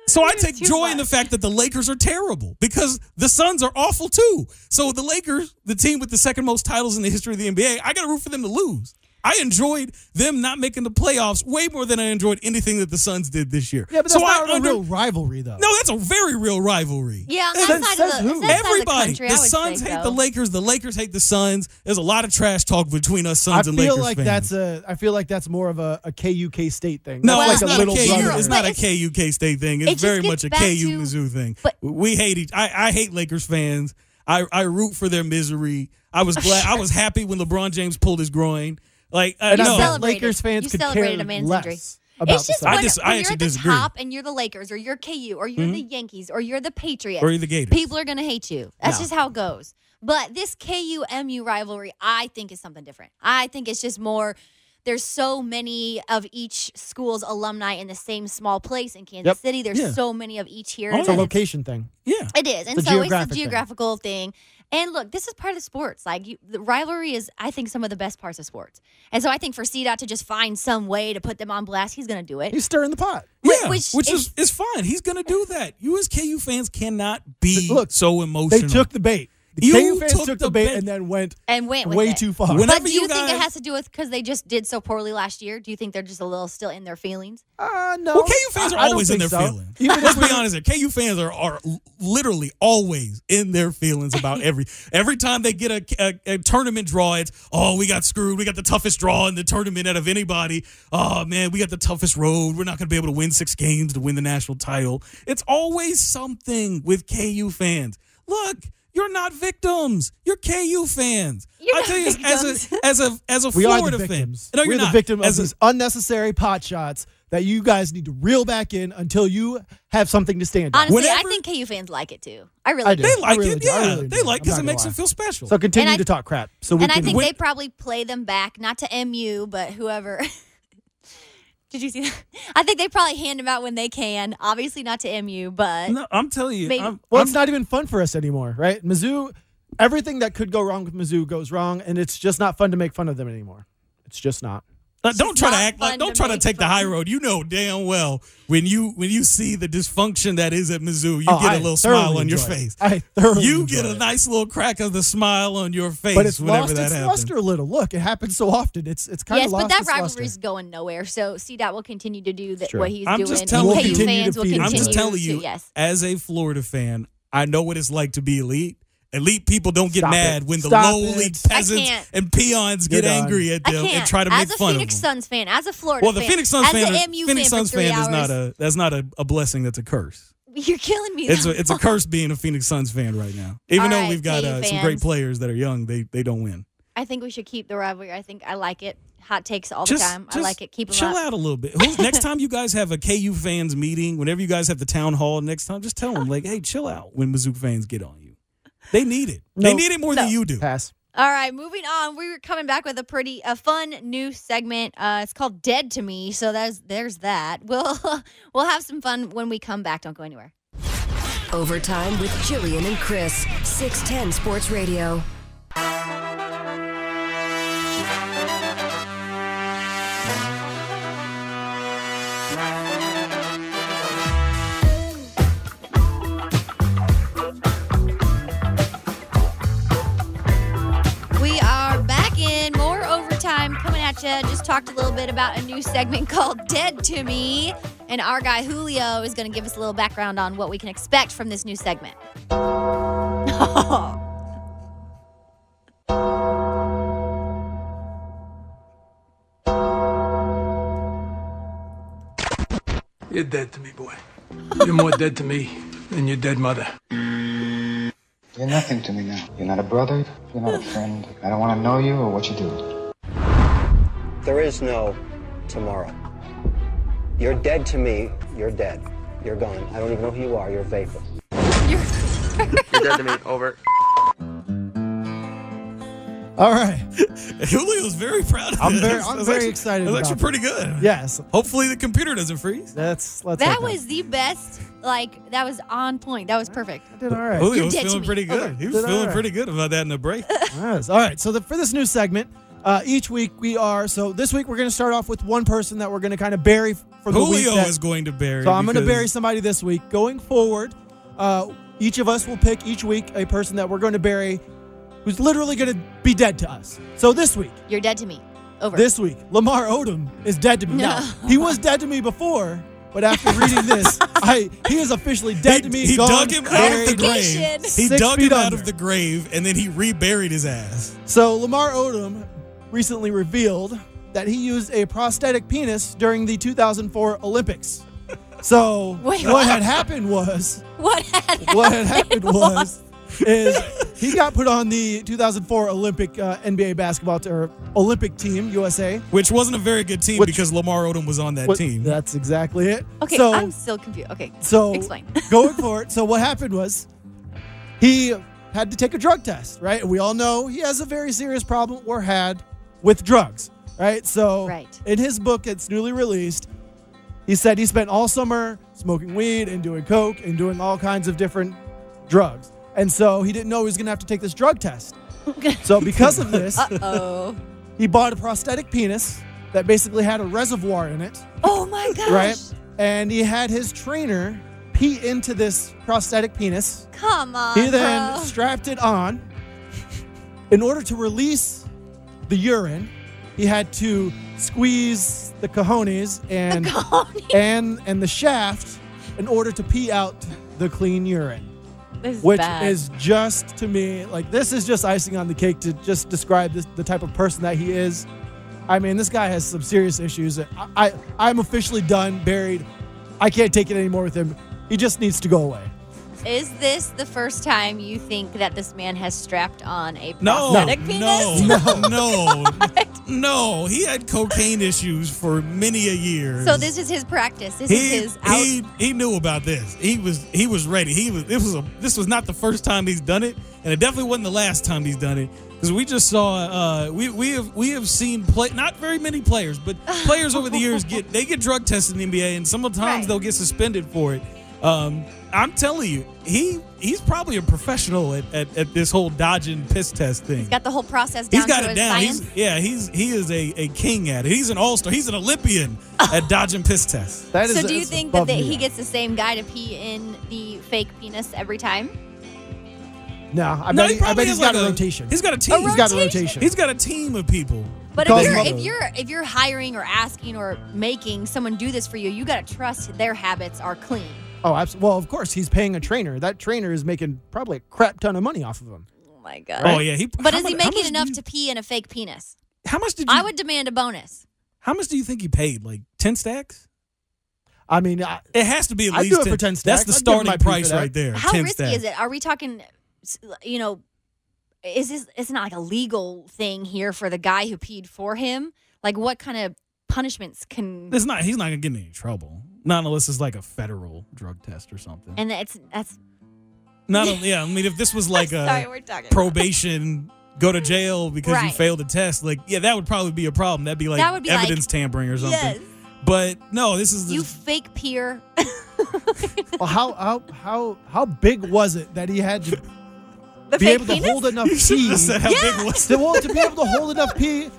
Speaker 2: So I take
Speaker 1: too
Speaker 2: joy in the
Speaker 1: much.
Speaker 2: fact that the Lakers are terrible because the Suns are awful too. So the Lakers, the team with the second most titles in the history of the NBA, I got to root for them to lose. I enjoyed them not making the playoffs way more than I enjoyed anything that the Suns did this year.
Speaker 3: Yeah, but that's
Speaker 2: so
Speaker 3: not
Speaker 2: I
Speaker 3: a
Speaker 2: under-
Speaker 3: real rivalry, though.
Speaker 2: No, that's a very real rivalry.
Speaker 1: Yeah, on
Speaker 3: Says-
Speaker 1: that side
Speaker 3: says
Speaker 1: of the,
Speaker 3: who?
Speaker 1: that side of the
Speaker 2: Everybody.
Speaker 1: country, I
Speaker 2: the
Speaker 1: would
Speaker 2: Suns
Speaker 1: say
Speaker 2: hate
Speaker 1: so.
Speaker 2: the Lakers. The Lakers hate the Suns. There's a lot of trash talk between us
Speaker 3: I
Speaker 2: Suns
Speaker 3: feel
Speaker 2: and Lakers
Speaker 3: like
Speaker 2: fans.
Speaker 3: that's a. I feel like that's more of a, a KUK state thing.
Speaker 2: no,
Speaker 1: Well,
Speaker 2: it's,
Speaker 3: That's like
Speaker 2: not a
Speaker 3: a little
Speaker 2: KU,
Speaker 3: brother.
Speaker 2: it's not a
Speaker 1: But it's-
Speaker 2: KU K State thing.
Speaker 1: it
Speaker 2: It's
Speaker 1: just
Speaker 2: very
Speaker 1: gets
Speaker 2: much a
Speaker 1: back
Speaker 2: KU
Speaker 1: to-
Speaker 2: Mizzou thing.
Speaker 1: but-
Speaker 2: we hate each. I, I hate Lakers fans. I, I root for their misery. I was glad. I was happy when LEBron James pulled his groin. Like uh,
Speaker 3: And I
Speaker 2: no,
Speaker 3: bet
Speaker 1: celebrated.
Speaker 3: Lakers fans
Speaker 1: You
Speaker 3: could
Speaker 1: celebrated
Speaker 3: care
Speaker 1: a man's
Speaker 3: less
Speaker 1: injury.
Speaker 3: about
Speaker 1: it's just
Speaker 3: the Suns.
Speaker 1: when,
Speaker 2: I dis- I
Speaker 1: when you're
Speaker 2: actually
Speaker 1: at the
Speaker 2: disagree. Hmm?
Speaker 1: top and you're the Lakers or you're KU or you're the Yankees or you're the Patriots
Speaker 2: Or you're the Gators.
Speaker 1: People are gonna hate you. That's
Speaker 2: No.
Speaker 1: just how it goes. But this KU MU rivalry, I think, is something different. I think it's just more. There's so many of each school's alumni in the same small place in Kansas
Speaker 3: Yep.
Speaker 1: City. There's
Speaker 2: Yeah.
Speaker 1: so many of each here.
Speaker 3: It's a location thing.
Speaker 2: yeah.
Speaker 1: It is, and
Speaker 3: It's a
Speaker 1: so
Speaker 3: geographic
Speaker 1: it's a
Speaker 3: thing.
Speaker 1: geographical thing. And look, this is part of sports. Like you, the rivalry is, I think, some of the best parts of sports. And so I think for CDOT to just find some way to put them on blast, he's going to do it.
Speaker 3: He's stirring the pot.
Speaker 2: Yeah, which,
Speaker 1: which
Speaker 2: is, is fine. He's going to do that. You as KU fans cannot be
Speaker 3: Look,
Speaker 2: so
Speaker 3: They
Speaker 2: emotional.
Speaker 3: took the bait. The
Speaker 2: You
Speaker 3: KU fans
Speaker 2: took
Speaker 3: took,
Speaker 2: the
Speaker 3: the bait,
Speaker 2: bait.
Speaker 3: and then went
Speaker 1: and went with
Speaker 3: way
Speaker 1: it.
Speaker 3: too far.
Speaker 2: When I-
Speaker 1: But
Speaker 2: Whenever
Speaker 1: do
Speaker 2: you
Speaker 1: you, think it
Speaker 2: guys-
Speaker 1: has to do with because they just did so poorly last year? Do you think they're just a little still in their feelings?
Speaker 3: uh, no.
Speaker 2: Well, KU fans are
Speaker 3: I- I don't
Speaker 2: always in their
Speaker 3: think so.
Speaker 2: feelings.
Speaker 3: Even if
Speaker 2: Let's be
Speaker 3: we-
Speaker 2: honest here. KU fans are, are literally always in their feelings about every every time they get a, a, a tournament draw. It's oh we got screwed. We got the toughest draw in the tournament out of anybody. Oh man, we got the toughest road. We're not going to be able to win six games to win the national title. It's always something with KU fans. Look. You're not victims. You're KU fans.
Speaker 1: You're
Speaker 2: I
Speaker 1: not
Speaker 2: tell you, as
Speaker 1: victims.
Speaker 2: a as a as a
Speaker 3: We are
Speaker 2: Florida
Speaker 3: the
Speaker 2: fan,
Speaker 3: victims.
Speaker 2: no, you're
Speaker 3: We're
Speaker 2: not.
Speaker 3: the victim of
Speaker 2: As a-
Speaker 3: these unnecessary pot shots that you guys need to reel back in until you have something to stand on.
Speaker 1: Honestly,
Speaker 2: Whenever-
Speaker 1: I think KU fans like it too. I really
Speaker 3: I
Speaker 1: do.
Speaker 3: do.
Speaker 2: they like
Speaker 3: really
Speaker 2: it,
Speaker 3: do. I
Speaker 2: yeah.
Speaker 3: really
Speaker 2: they
Speaker 3: do.
Speaker 2: like
Speaker 3: I'm
Speaker 2: because
Speaker 3: not
Speaker 2: it
Speaker 3: gonna
Speaker 2: makes
Speaker 3: lie.
Speaker 2: them feel special.
Speaker 3: So continue
Speaker 1: And I-
Speaker 3: to talk crap. So we
Speaker 1: And I
Speaker 3: can
Speaker 1: think
Speaker 2: When-
Speaker 1: they probably play them back, not to MU, but whoever. Did you see that? I think they probably hand them out when they can. Obviously, not to MU, but
Speaker 2: No, I'm telling you.
Speaker 1: Maybe-
Speaker 2: I'm,
Speaker 3: Well,
Speaker 2: I'm-
Speaker 3: it's not even fun for us anymore, right? Mizzou, everything that could go wrong with Mizzou goes wrong, and it's just not fun to make fun of them anymore. It's just not.
Speaker 2: uh, don't try to
Speaker 1: not
Speaker 2: act like.
Speaker 1: fun
Speaker 2: Don't
Speaker 1: to
Speaker 2: try to
Speaker 1: make
Speaker 2: take the
Speaker 1: fun.
Speaker 2: high road. You know damn well when you when you see the dysfunction that is at Mizzou, you
Speaker 3: Oh,
Speaker 2: get
Speaker 3: I
Speaker 2: a little
Speaker 3: thoroughly
Speaker 2: smile on your
Speaker 3: enjoy it.
Speaker 2: face.
Speaker 3: I thoroughly
Speaker 2: You
Speaker 3: enjoy
Speaker 2: get a
Speaker 3: it.
Speaker 2: nice little crack of the smile on your face
Speaker 3: but it's
Speaker 2: whenever
Speaker 3: lost
Speaker 2: that
Speaker 3: its
Speaker 2: happens.
Speaker 3: luster a little. Look, it happens so often. It's it's kind
Speaker 1: yes,
Speaker 3: of
Speaker 1: but
Speaker 3: lost
Speaker 1: that
Speaker 3: its
Speaker 1: rivalry is
Speaker 3: luster.
Speaker 1: going nowhere. So CDOT will continue to do that,
Speaker 3: true.
Speaker 1: what he's
Speaker 2: I'm
Speaker 1: doing.
Speaker 2: just
Speaker 1: and
Speaker 2: telling
Speaker 1: KU
Speaker 2: you-
Speaker 1: fans will
Speaker 3: Continue to
Speaker 1: continue
Speaker 3: feed
Speaker 2: I'm just
Speaker 3: continue
Speaker 2: telling you,
Speaker 1: to, yes.
Speaker 2: as a Florida fan, I know what it's like to be elite. Elite people don't get
Speaker 3: Stop
Speaker 2: mad
Speaker 3: it.
Speaker 2: when the
Speaker 3: Stop
Speaker 2: lowly
Speaker 3: it.
Speaker 2: peasants
Speaker 1: can't.
Speaker 2: and peons
Speaker 3: You're
Speaker 2: get
Speaker 3: done.
Speaker 2: angry at
Speaker 1: I
Speaker 2: them
Speaker 1: can't.
Speaker 2: and try to
Speaker 1: as
Speaker 2: make
Speaker 1: a
Speaker 2: fun
Speaker 1: Phoenix
Speaker 2: of them.
Speaker 1: Suns fan, as a Florida
Speaker 2: Well, the
Speaker 1: fan,
Speaker 2: Phoenix Suns
Speaker 1: as
Speaker 2: fan,
Speaker 1: a MU
Speaker 2: Phoenix
Speaker 1: fan
Speaker 2: Suns
Speaker 1: for three
Speaker 2: fan is
Speaker 1: hours,
Speaker 2: not a that's not a, a blessing. That's a curse.
Speaker 1: You're killing me.
Speaker 2: It's
Speaker 1: though.
Speaker 2: a, it's a curse being a Phoenix Suns fan right now. Even
Speaker 1: All
Speaker 2: though
Speaker 1: right,
Speaker 2: we've got
Speaker 1: KU
Speaker 2: uh, some
Speaker 1: fans.
Speaker 2: great players that are young, they they don't win.
Speaker 1: I think we should keep the rivalry. I think I like it. Hot takes all
Speaker 2: Just,
Speaker 1: the time. I
Speaker 2: just
Speaker 1: like it. Keep them
Speaker 2: chill
Speaker 1: up.
Speaker 2: out a little bit. Who, next time you guys have a KU fans meeting, whenever you guys have the town hall next time, just tell them like, hey, chill out when Mizzou fans get on you. They need it. They
Speaker 3: No.
Speaker 2: need it more than
Speaker 1: No.
Speaker 2: you do.
Speaker 3: Pass.
Speaker 1: All right, moving on. We were coming back with a pretty a fun new segment. Uh, it's called "Dead to Me," so that's there's that. We'll we'll have some fun when we come back. Don't go anywhere.
Speaker 8: Overtime with Jillian and Chris, 610 Sports Radio.
Speaker 1: We are back in more overtime coming at you. Just talked a little bit about a new segment called "Dead to Me," and our guy Julio is going to give us a little background on what we can expect from this new segment.
Speaker 9: You're dead to me, boy. You're more dead to me than your dead mother.
Speaker 10: You're nothing to me now. You're not a brother. You're not a friend. I don't want to know you or what you do.
Speaker 9: There is no tomorrow. You're dead to me. You're dead. You're gone. I don't even know who you are. You're vapor. You're dead to me. Over.
Speaker 3: All right.
Speaker 2: Julio's very proud of
Speaker 3: I'm
Speaker 2: this.
Speaker 3: very- I'm
Speaker 2: That's
Speaker 3: very
Speaker 2: actually-
Speaker 3: excited
Speaker 2: That's
Speaker 3: about
Speaker 2: actually pretty good.
Speaker 3: Yes.
Speaker 2: Hopefully the computer doesn't freeze.
Speaker 3: That's let's
Speaker 1: That
Speaker 3: hope
Speaker 1: was the best. Like that was on point. That was perfect.
Speaker 3: I did all right.
Speaker 2: Julio
Speaker 1: You're
Speaker 2: was
Speaker 1: dead to
Speaker 2: feeling
Speaker 1: me.
Speaker 2: pretty good.
Speaker 3: Over.
Speaker 2: He was
Speaker 3: Did
Speaker 2: feeling
Speaker 3: alright.
Speaker 2: pretty good about that in the break.
Speaker 3: Yes. All right. So the, for this new segment, uh, each week we are. So this week we're going to start off with one person that we're going to kind of bury from the week.
Speaker 2: Julio
Speaker 3: that-
Speaker 2: is going to bury.
Speaker 3: So I'm going to
Speaker 2: because-
Speaker 3: bury somebody this week. Going forward, uh, each of us will pick each week a person that we're going to bury, who's literally going to be dead to us. So this week,
Speaker 1: You're dead to me. Over.
Speaker 3: This week, Lamar Odom is dead to me. Now, he was dead to me before, but after reading this, I he is officially dead to me.
Speaker 2: He
Speaker 3: gone,
Speaker 2: dug him out of the
Speaker 3: buried.
Speaker 2: grave. He
Speaker 3: Six
Speaker 2: dug
Speaker 3: feet
Speaker 2: him out
Speaker 3: under.
Speaker 2: of the grave and then he reburied his ass.
Speaker 3: So Lamar Odom recently revealed that he used a prosthetic penis during the 2004 Olympics. So
Speaker 1: Wait,
Speaker 3: what
Speaker 1: what?
Speaker 3: had happened was
Speaker 1: What had
Speaker 3: what had happened was is he got put on the 2004 Olympic uh, NBA basketball t- or Olympic team USA.
Speaker 2: Which wasn't a very good team because Lamar Odom was on that
Speaker 3: What-
Speaker 2: team.
Speaker 3: That's exactly it.
Speaker 1: Okay,
Speaker 3: So-
Speaker 1: I'm still confused. Okay,
Speaker 3: So
Speaker 1: explain.
Speaker 3: going for it. So what happened was he had to take a drug test, right? We all know he has a very serious problem or had with drugs, right? So
Speaker 1: Right.
Speaker 3: in his book that's newly released, he said he spent all summer smoking weed and doing coke and doing all kinds of different drugs. And so he didn't know he was going to have to take this drug test. so because of this,
Speaker 1: Oh.
Speaker 3: he bought a prosthetic penis that basically had a reservoir in it
Speaker 1: Oh my gosh.
Speaker 3: right? And he had his trainer pee into this prosthetic penis.
Speaker 1: Come on.
Speaker 3: he then
Speaker 1: bro.
Speaker 3: strapped it on. In order to release the urine, he had to squeeze the cojones and and and the shaft in order to pee out the clean urine.
Speaker 6: This is
Speaker 3: Which
Speaker 6: bad.
Speaker 3: is just to me like this is just icing on the cake to just describe this, the type of person that he is. I mean, this guy has some serious issues. I, I I'm officially done, buried. I can't take it anymore with him. He just needs to go away.
Speaker 1: Is this the first time you think that this man has strapped on a
Speaker 2: No,
Speaker 1: prosthetic penis?
Speaker 2: no, no, no. He had cocaine issues for many a year.
Speaker 1: So this is his practice. This
Speaker 2: he,
Speaker 1: is his out.
Speaker 2: he he knew about this. He was he was ready. He was this was a this was not the first time he's done it, and it definitely wasn't the last time he's done it. Because we just saw uh, we we have we have seen play not very many players, but players over the years get they get drug tested in the NBA, and sometimes they'll get suspended for it. Um, I'm telling you, he he's probably a professional at, at, at this whole dodging piss test thing.
Speaker 1: He's got the whole process down
Speaker 2: He's got
Speaker 1: to
Speaker 2: it
Speaker 1: a
Speaker 2: down.
Speaker 1: science.
Speaker 2: He's, yeah, he's he is a, a king at it. He's an all star. He's an Olympian at dodging piss tests.
Speaker 3: That
Speaker 1: so do you think that, that he gets the same guy to pee in the fake penis every time?
Speaker 3: No, I
Speaker 2: No,
Speaker 3: bet,
Speaker 2: he
Speaker 3: he, I
Speaker 2: probably
Speaker 3: bet he's
Speaker 2: has
Speaker 3: got
Speaker 2: like
Speaker 3: a
Speaker 2: a-
Speaker 3: rotation.
Speaker 2: he's got a team.
Speaker 3: He's got a
Speaker 2: rotation?
Speaker 3: rotation.
Speaker 2: He's got a team of people.
Speaker 1: But if
Speaker 3: Cause
Speaker 1: you're,
Speaker 3: mother-
Speaker 1: if you're if you're hiring or asking or making someone do this for you, you got to trust their habits are clean.
Speaker 3: Oh, absolutely. Well, of course, he's paying a trainer. That trainer is making probably a crap ton of money off of him.
Speaker 1: Oh my god.
Speaker 3: Uh,
Speaker 2: Oh yeah, he.
Speaker 1: But
Speaker 2: how
Speaker 1: is he
Speaker 2: much- how
Speaker 1: making
Speaker 2: much
Speaker 1: enough
Speaker 2: do you-
Speaker 1: to pee in a fake penis?
Speaker 2: How much did you?
Speaker 1: I would demand a bonus.
Speaker 2: How much do you think he paid? Like ten stacks?
Speaker 3: I mean, I,
Speaker 2: It has to be at
Speaker 3: I'd
Speaker 2: least
Speaker 3: do it for 10
Speaker 2: That's
Speaker 3: stacks.
Speaker 2: the
Speaker 3: I'd give him my
Speaker 2: starting
Speaker 3: pee for
Speaker 2: price
Speaker 3: that.
Speaker 2: right there.
Speaker 1: How
Speaker 2: 10
Speaker 1: risky
Speaker 2: stacks.
Speaker 1: is it? Are we talking, s- you know, is this? It's not like a legal thing here for the guy who peed for him. Like, what kind of punishments can?
Speaker 2: It's not. He's not gonna get in any trouble. Not unless it's like a federal drug test or something.
Speaker 1: And that's that's
Speaker 2: Not only, yeah. I mean, if this was like a
Speaker 1: sorry, we're talking.
Speaker 2: probation, go to jail because you
Speaker 1: Right.
Speaker 2: failed a test, like yeah, that would probably be a problem. That'd be like
Speaker 1: That would be like-
Speaker 2: evidence tampering or something.
Speaker 1: Yes.
Speaker 2: But no, this is
Speaker 1: you
Speaker 2: the,
Speaker 1: fake peer.
Speaker 3: Well, how how how how big was it that he had to
Speaker 1: The
Speaker 3: be
Speaker 1: fake
Speaker 3: able to
Speaker 1: penis?
Speaker 3: hold enough
Speaker 2: you shouldn't
Speaker 3: pee?
Speaker 2: have said how big was
Speaker 3: To, well, to be able to hold enough pee,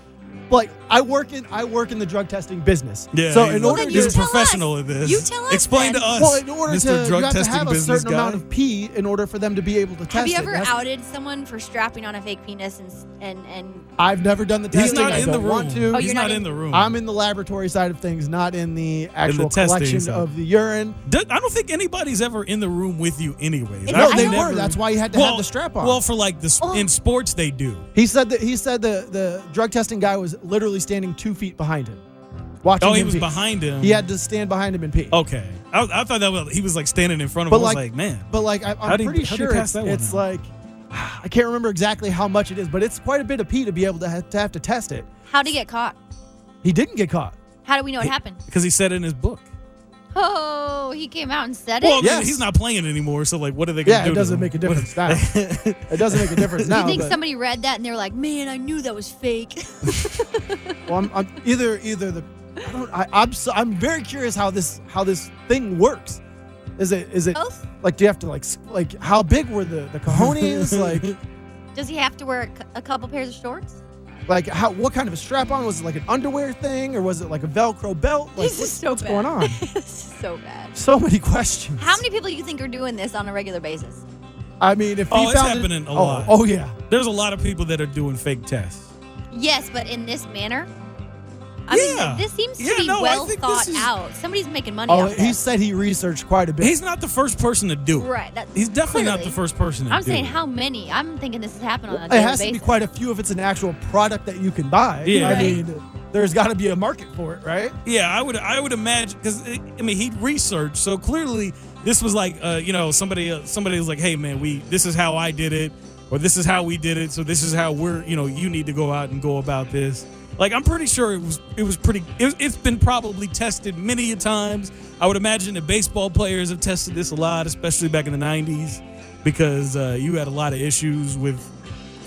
Speaker 3: like I work in I work in the drug testing business.
Speaker 2: Yeah.
Speaker 3: So
Speaker 2: he's
Speaker 3: in
Speaker 2: a-
Speaker 3: order
Speaker 1: then
Speaker 3: to
Speaker 1: you
Speaker 2: he's a
Speaker 1: tell us.
Speaker 2: professional at this.
Speaker 1: You tell us
Speaker 2: Explain
Speaker 1: then.
Speaker 2: to us.
Speaker 3: well, in order
Speaker 2: Mr.
Speaker 3: to
Speaker 2: drug
Speaker 3: you have to
Speaker 2: testing
Speaker 3: have a
Speaker 2: business
Speaker 3: certain
Speaker 2: guy.
Speaker 3: amount of pee in order for them to be able to test
Speaker 1: Have you
Speaker 3: it.
Speaker 1: ever
Speaker 3: That's-
Speaker 1: outed someone for strapping on a fake penis and s- and and?
Speaker 3: I've never done the
Speaker 2: He's
Speaker 3: testing.
Speaker 2: not
Speaker 3: I
Speaker 2: in the
Speaker 3: don't want
Speaker 2: room.
Speaker 3: to.
Speaker 1: Oh,
Speaker 2: He's
Speaker 1: you're
Speaker 2: not
Speaker 1: not
Speaker 2: in
Speaker 1: in-
Speaker 2: the room.
Speaker 3: I'm in the laboratory side of things, not in the actual
Speaker 2: testing
Speaker 3: collection
Speaker 2: side.
Speaker 3: of the urine.
Speaker 2: D- I don't think anybody's ever in the room with you, anyways.
Speaker 1: No,
Speaker 2: I've
Speaker 3: No, they
Speaker 1: don't-
Speaker 2: never-
Speaker 3: were. That's why he had to have the strap on.
Speaker 2: Well, for like the sp-
Speaker 1: Oh.
Speaker 2: in sports they do.
Speaker 3: He said that he said the the drug testing guy was literally standing two feet behind him, watching.
Speaker 2: Oh, he
Speaker 3: him
Speaker 2: was
Speaker 3: pee.
Speaker 2: behind him.
Speaker 3: He had to stand behind him and pee.
Speaker 2: Okay, I, was- I thought that was, he was like standing in front of
Speaker 3: But
Speaker 2: him. I was
Speaker 3: like-
Speaker 2: like, man,
Speaker 3: But like, I, I'm
Speaker 2: How'd he-
Speaker 3: pretty
Speaker 2: how'd he
Speaker 3: sure
Speaker 2: pass
Speaker 3: it's,
Speaker 2: that one
Speaker 3: it's
Speaker 2: out?
Speaker 3: like I can't remember exactly how much it is, but it's quite a bit of pee to be able to have to, have to test it.
Speaker 1: How would he get caught?
Speaker 3: He didn't get caught.
Speaker 1: How do we know it happened?
Speaker 2: because he said it in his book.
Speaker 1: Oh, he came out and said it.
Speaker 2: Well,
Speaker 3: Yes.
Speaker 2: he's not playing anymore. So like, what are they gonna
Speaker 3: Yeah,
Speaker 2: do?
Speaker 3: it
Speaker 2: to
Speaker 3: doesn't
Speaker 2: him?
Speaker 3: make a
Speaker 2: What-
Speaker 3: difference now. it doesn't make a difference now.
Speaker 1: you think
Speaker 3: but-
Speaker 1: somebody read that and they were like, "Man, I knew that was fake."
Speaker 3: Well, I'm, I'm either either the I don't, I, I'm so, I'm very curious how this how this thing works. Is it is it
Speaker 1: Oath?
Speaker 3: like do you have to like s- like how big were the the cojones like
Speaker 1: Does he have to wear a cou- a couple pairs of shorts?
Speaker 3: like how what kind of a strap on was it like an underwear thing or was it like a Velcro belt? Like,
Speaker 1: this
Speaker 3: what-
Speaker 1: is so
Speaker 3: what's
Speaker 1: bad.
Speaker 3: going on?
Speaker 1: this is so bad.
Speaker 3: So many questions.
Speaker 1: How many people do you think are doing this on a regular basis?
Speaker 3: I mean, if
Speaker 2: Oh,
Speaker 3: he
Speaker 2: it's
Speaker 3: found it-
Speaker 2: happening a
Speaker 3: oh,
Speaker 2: lot.
Speaker 3: Oh yeah,
Speaker 2: There's a lot of people that are doing fake tests.
Speaker 1: Yes, but in this manner, I
Speaker 2: Yeah.
Speaker 1: mean, this seems to
Speaker 2: Yeah,
Speaker 1: be
Speaker 2: no, I
Speaker 1: well
Speaker 2: think
Speaker 1: thought
Speaker 2: this is-
Speaker 1: out. Somebody's making money
Speaker 3: Oh,
Speaker 1: off
Speaker 3: he
Speaker 1: this.
Speaker 3: said he researched quite a bit.
Speaker 2: He's not the first person to do it.
Speaker 1: Right. That,
Speaker 2: He's definitely not
Speaker 1: clearly.
Speaker 2: the first person to
Speaker 1: I'm
Speaker 2: do
Speaker 1: saying
Speaker 2: it.
Speaker 1: how many? I'm thinking this is happening on a
Speaker 3: it
Speaker 1: daily
Speaker 3: has to
Speaker 1: basis.
Speaker 3: be quite a few if it's an actual product that you can buy.
Speaker 2: Yeah.
Speaker 3: I
Speaker 2: Right.
Speaker 3: mean, there's got to be a market for it, right?
Speaker 2: Yeah, I would. I would imagine because I mean he researched so clearly. This was like uh, you know somebody uh, somebody was like, hey man, we this is how I did it, or this is how we did it. So this is how we're you know you need to go out and go about this. Like I'm pretty sure it was it was pretty. It, was- it's been probably tested many a times. I would imagine that baseball players have tested this a lot, especially back in the '90s, because uh, you had a lot of issues with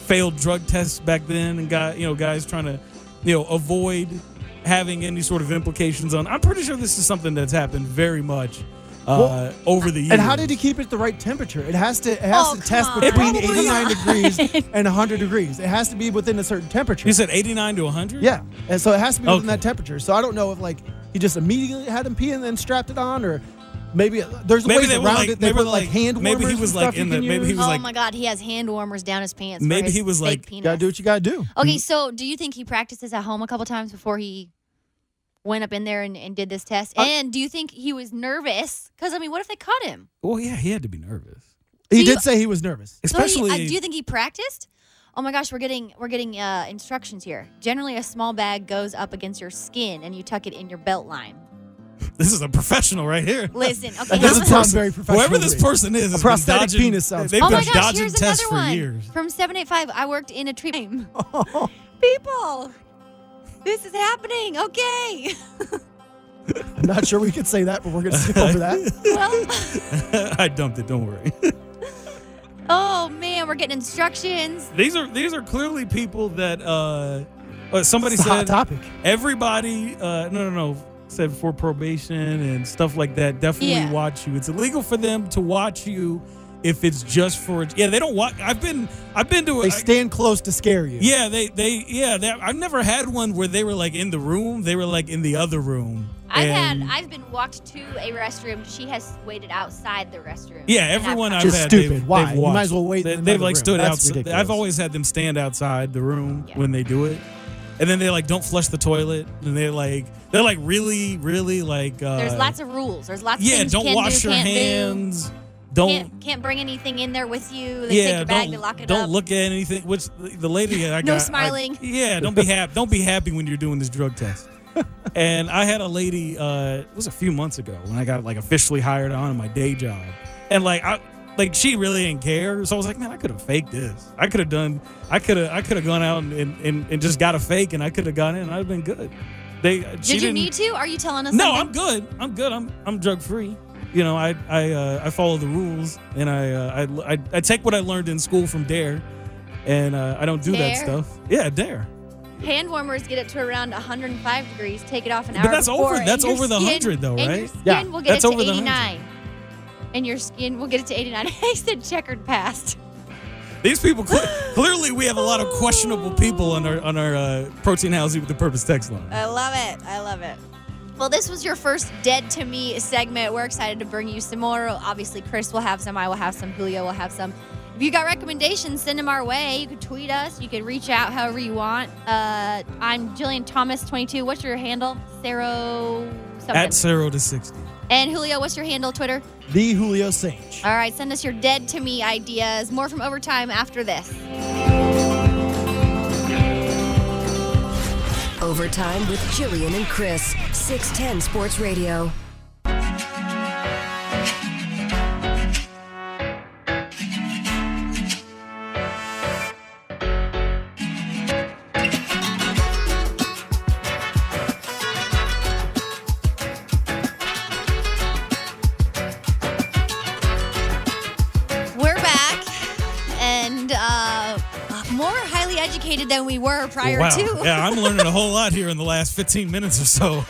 Speaker 2: failed drug tests back then and got you know guys trying to you know avoid having any sort of implications on i'm pretty sure this is something that's happened very much uh, over the years
Speaker 3: And how did he keep it at the right temperature? It has to it has
Speaker 1: Oh,
Speaker 3: to
Speaker 1: come
Speaker 3: test
Speaker 1: on.
Speaker 3: between
Speaker 2: It probably-
Speaker 3: 89 degrees and 100 degrees. It has to be within a certain temperature.
Speaker 2: you said 89 to 100
Speaker 3: yeah, and so it has to be within
Speaker 2: Okay.
Speaker 3: that temperature. So I don't know if like he just immediately had him pee and then strapped it on, or maybe there's
Speaker 2: Maybe
Speaker 3: ways
Speaker 2: they
Speaker 3: around
Speaker 2: were like-
Speaker 3: it. They
Speaker 2: maybe
Speaker 3: put like
Speaker 2: like-
Speaker 3: hand
Speaker 2: maybe he
Speaker 3: warmers and
Speaker 2: was, like,
Speaker 3: stuff you
Speaker 2: in the-
Speaker 3: can
Speaker 2: maybe
Speaker 3: use.
Speaker 2: he was
Speaker 1: oh
Speaker 2: like-
Speaker 1: my god, he has hand warmers down his pants. for
Speaker 2: Maybe
Speaker 1: his
Speaker 2: he was
Speaker 1: fake
Speaker 2: like-
Speaker 1: penis.
Speaker 3: gotta do what you gotta do.
Speaker 1: Okay, so do you think he practiced this at home a couple times before he went up in there and, and did this test?
Speaker 3: Uh,
Speaker 1: and do you think he was nervous? Because I mean, what if they caught him?
Speaker 2: well yeah he had to be nervous
Speaker 3: He
Speaker 1: Do you-
Speaker 3: did say he was nervous.
Speaker 2: especially
Speaker 1: so he, uh, do you think he practiced? Oh my gosh, we're getting we're getting uh, instructions here. Generally, a small bag goes up against your skin, and you tuck it in your belt line.
Speaker 2: this is a professional right here
Speaker 1: Listen, okay.
Speaker 3: doesn't
Speaker 1: how-
Speaker 3: sound very professional
Speaker 2: whoever
Speaker 3: to
Speaker 2: this
Speaker 3: me.
Speaker 2: person is,
Speaker 3: A
Speaker 2: has
Speaker 3: prosthetic
Speaker 2: been dodging,
Speaker 3: penis sounds
Speaker 2: They've
Speaker 1: oh
Speaker 2: been
Speaker 1: my gosh,
Speaker 2: dodging
Speaker 1: here's
Speaker 2: tests
Speaker 1: another
Speaker 2: for
Speaker 1: one
Speaker 2: years.
Speaker 1: from seven eight five. I worked in a treatment. People, this is happening. Okay.
Speaker 3: I'm not sure we could say that, but we're gonna skip over that.
Speaker 1: well.
Speaker 2: I dumped it. Don't worry.
Speaker 1: Oh man, we're getting instructions.
Speaker 2: these are these are clearly people that uh, uh somebody
Speaker 3: It's a hot
Speaker 2: said
Speaker 3: topic.
Speaker 2: everybody uh no no no said for probation and stuff like that definitely
Speaker 1: Yeah.
Speaker 2: watch you it's illegal for them to watch you if it's just for yeah they don't watch i've been i've been to a
Speaker 3: They stand close to scare you.
Speaker 2: yeah they they yeah they, i've never had one where they were like in the room they were like in the other room
Speaker 1: I've
Speaker 2: And-
Speaker 1: had I've been walked to a restroom. She has waited outside the restroom.
Speaker 2: yeah,
Speaker 1: And I've
Speaker 2: everyone
Speaker 1: come
Speaker 2: I've
Speaker 3: Just
Speaker 2: had,
Speaker 3: stupid.
Speaker 2: They've,
Speaker 3: Why?
Speaker 2: they've
Speaker 3: You might
Speaker 2: watched.
Speaker 3: as well wait in
Speaker 2: They,
Speaker 3: another
Speaker 2: they've like
Speaker 3: room.
Speaker 2: stood
Speaker 3: That's
Speaker 2: outside.
Speaker 3: ridiculous.
Speaker 2: I've always had them stand outside the room
Speaker 1: Yeah.
Speaker 2: when they do it, and then they like don't flush the toilet, and they like they're like really, really like uh,
Speaker 1: There's lots of rules. There's lots. of
Speaker 2: yeah,
Speaker 1: things
Speaker 2: don't
Speaker 1: you can
Speaker 2: wash
Speaker 1: do,
Speaker 2: your
Speaker 1: can't do.
Speaker 2: hands. Don't
Speaker 1: Can't, can't bring anything in there with you. They
Speaker 2: yeah,
Speaker 1: take your bag.
Speaker 2: don't,
Speaker 1: They lock it
Speaker 2: don't
Speaker 1: up.
Speaker 2: look at anything. Which the the lady I got
Speaker 1: No
Speaker 2: I-
Speaker 1: smiling.
Speaker 2: yeah, don't be happy. Don't be happy when you're doing this drug test. and I had a lady. Uh, it was a few months ago when I got like officially hired on in my day job, and like I. Like she really didn't care, so I was like, "Man, I could have faked this. I could have done. I could have. I could have gone out and, and, and, and just got a fake, and I could have gone in. and I'd have been good. They. she
Speaker 1: Did you
Speaker 2: didn't-
Speaker 1: need to? Are you telling us?
Speaker 2: no, I'm
Speaker 1: something?
Speaker 2: good. I'm good. I'm I'm drug free. You know, I I uh, I follow the rules, and I, uh, I I I take what I learned in school from Dare, and uh, I don't do
Speaker 1: Dare?
Speaker 2: that stuff. Yeah, Dare.
Speaker 1: Hand warmers get it to around 105 degrees. Take it off an
Speaker 2: But
Speaker 1: hour.
Speaker 2: that's over-
Speaker 1: before, and
Speaker 2: that's
Speaker 1: your
Speaker 2: over the
Speaker 1: skin-
Speaker 2: 100 though,
Speaker 1: and Your
Speaker 2: right?
Speaker 1: skin
Speaker 3: Yeah.
Speaker 1: will get
Speaker 2: That's
Speaker 1: it to
Speaker 2: over the
Speaker 1: 89. And your skin will get it to 89. I said checkered past.
Speaker 2: These people cle- clearly we have a lot of questionable people on our on our uh, protein housing with the purpose text line.
Speaker 1: I love it. I love it. Well, this was your first Dead to Me segment. We're excited to bring you some more. Obviously, Chris will have some. I will have some. Julio will have some. If you got recommendations, send them our way. You could tweet us. You could reach out however you want. Uh, I'm Jillian Thomas22. What's your handle? Sarah something.
Speaker 2: At zero to sixty.
Speaker 1: and Julio, what's your handle? Twitter?
Speaker 3: The Julio Sage.
Speaker 1: All right, send us your Dead to Me ideas. More from Overtime after this.
Speaker 8: Overtime with Jillian and Chris, 610 Sports Radio.
Speaker 1: We're back and uh, more highly educated than we were prior
Speaker 2: wow.
Speaker 1: to.
Speaker 2: yeah, I'm learning a whole lot here in the last 15 minutes or so.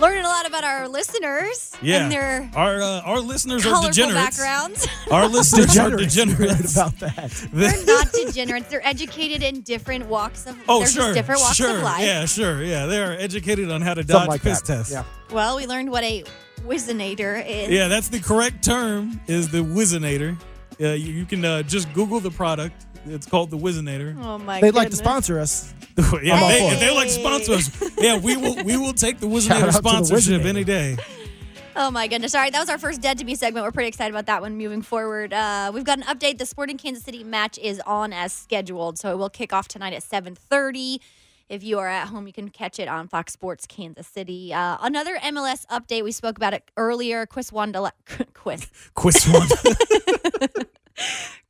Speaker 1: learning a lot about our listeners
Speaker 2: Yeah.
Speaker 1: and their
Speaker 2: our uh, our listeners are
Speaker 1: colorful
Speaker 2: degenerates.
Speaker 1: backgrounds.
Speaker 2: Our listeners are
Speaker 3: Degenerates. You're
Speaker 2: degenerates.
Speaker 3: Right about that.
Speaker 1: They're not degenerates. They're educated in different walks of
Speaker 2: Oh,
Speaker 1: they're
Speaker 2: sure.
Speaker 1: just different walks
Speaker 2: sure.
Speaker 1: of life.
Speaker 2: Yeah, sure. Yeah, they are educated on how to dodge
Speaker 3: Something like
Speaker 2: piss
Speaker 3: that.
Speaker 2: tests.
Speaker 3: Yeah.
Speaker 1: Well, we learned what a whizzinator is.
Speaker 2: Yeah, that's the correct term is the Wizinator. Uh, you, you can uh, just Google the product. It's called the Wizinator.
Speaker 11: Oh my!
Speaker 3: They'd like to sponsor us.
Speaker 1: Oh.
Speaker 2: yeah,
Speaker 3: I'm all
Speaker 2: they, if
Speaker 3: for it.
Speaker 2: they like sponsor us, yeah, we will we will take the
Speaker 3: Shout
Speaker 2: Wizinator
Speaker 3: out to the
Speaker 2: sponsorship
Speaker 3: Wizinator.
Speaker 2: any day.
Speaker 1: Oh my goodness. All right, that was our first Dead to Me segment. We're pretty excited about that one moving forward. Uh, we've got an update. The Sporting Kansas City match is on as scheduled, so it will kick off tonight at 7.30. If you are at home, you can catch it on Fox Sports Kansas City. Uh, another MLS update. We spoke about it earlier. Chris Wondela- Chris.
Speaker 2: Quiz one.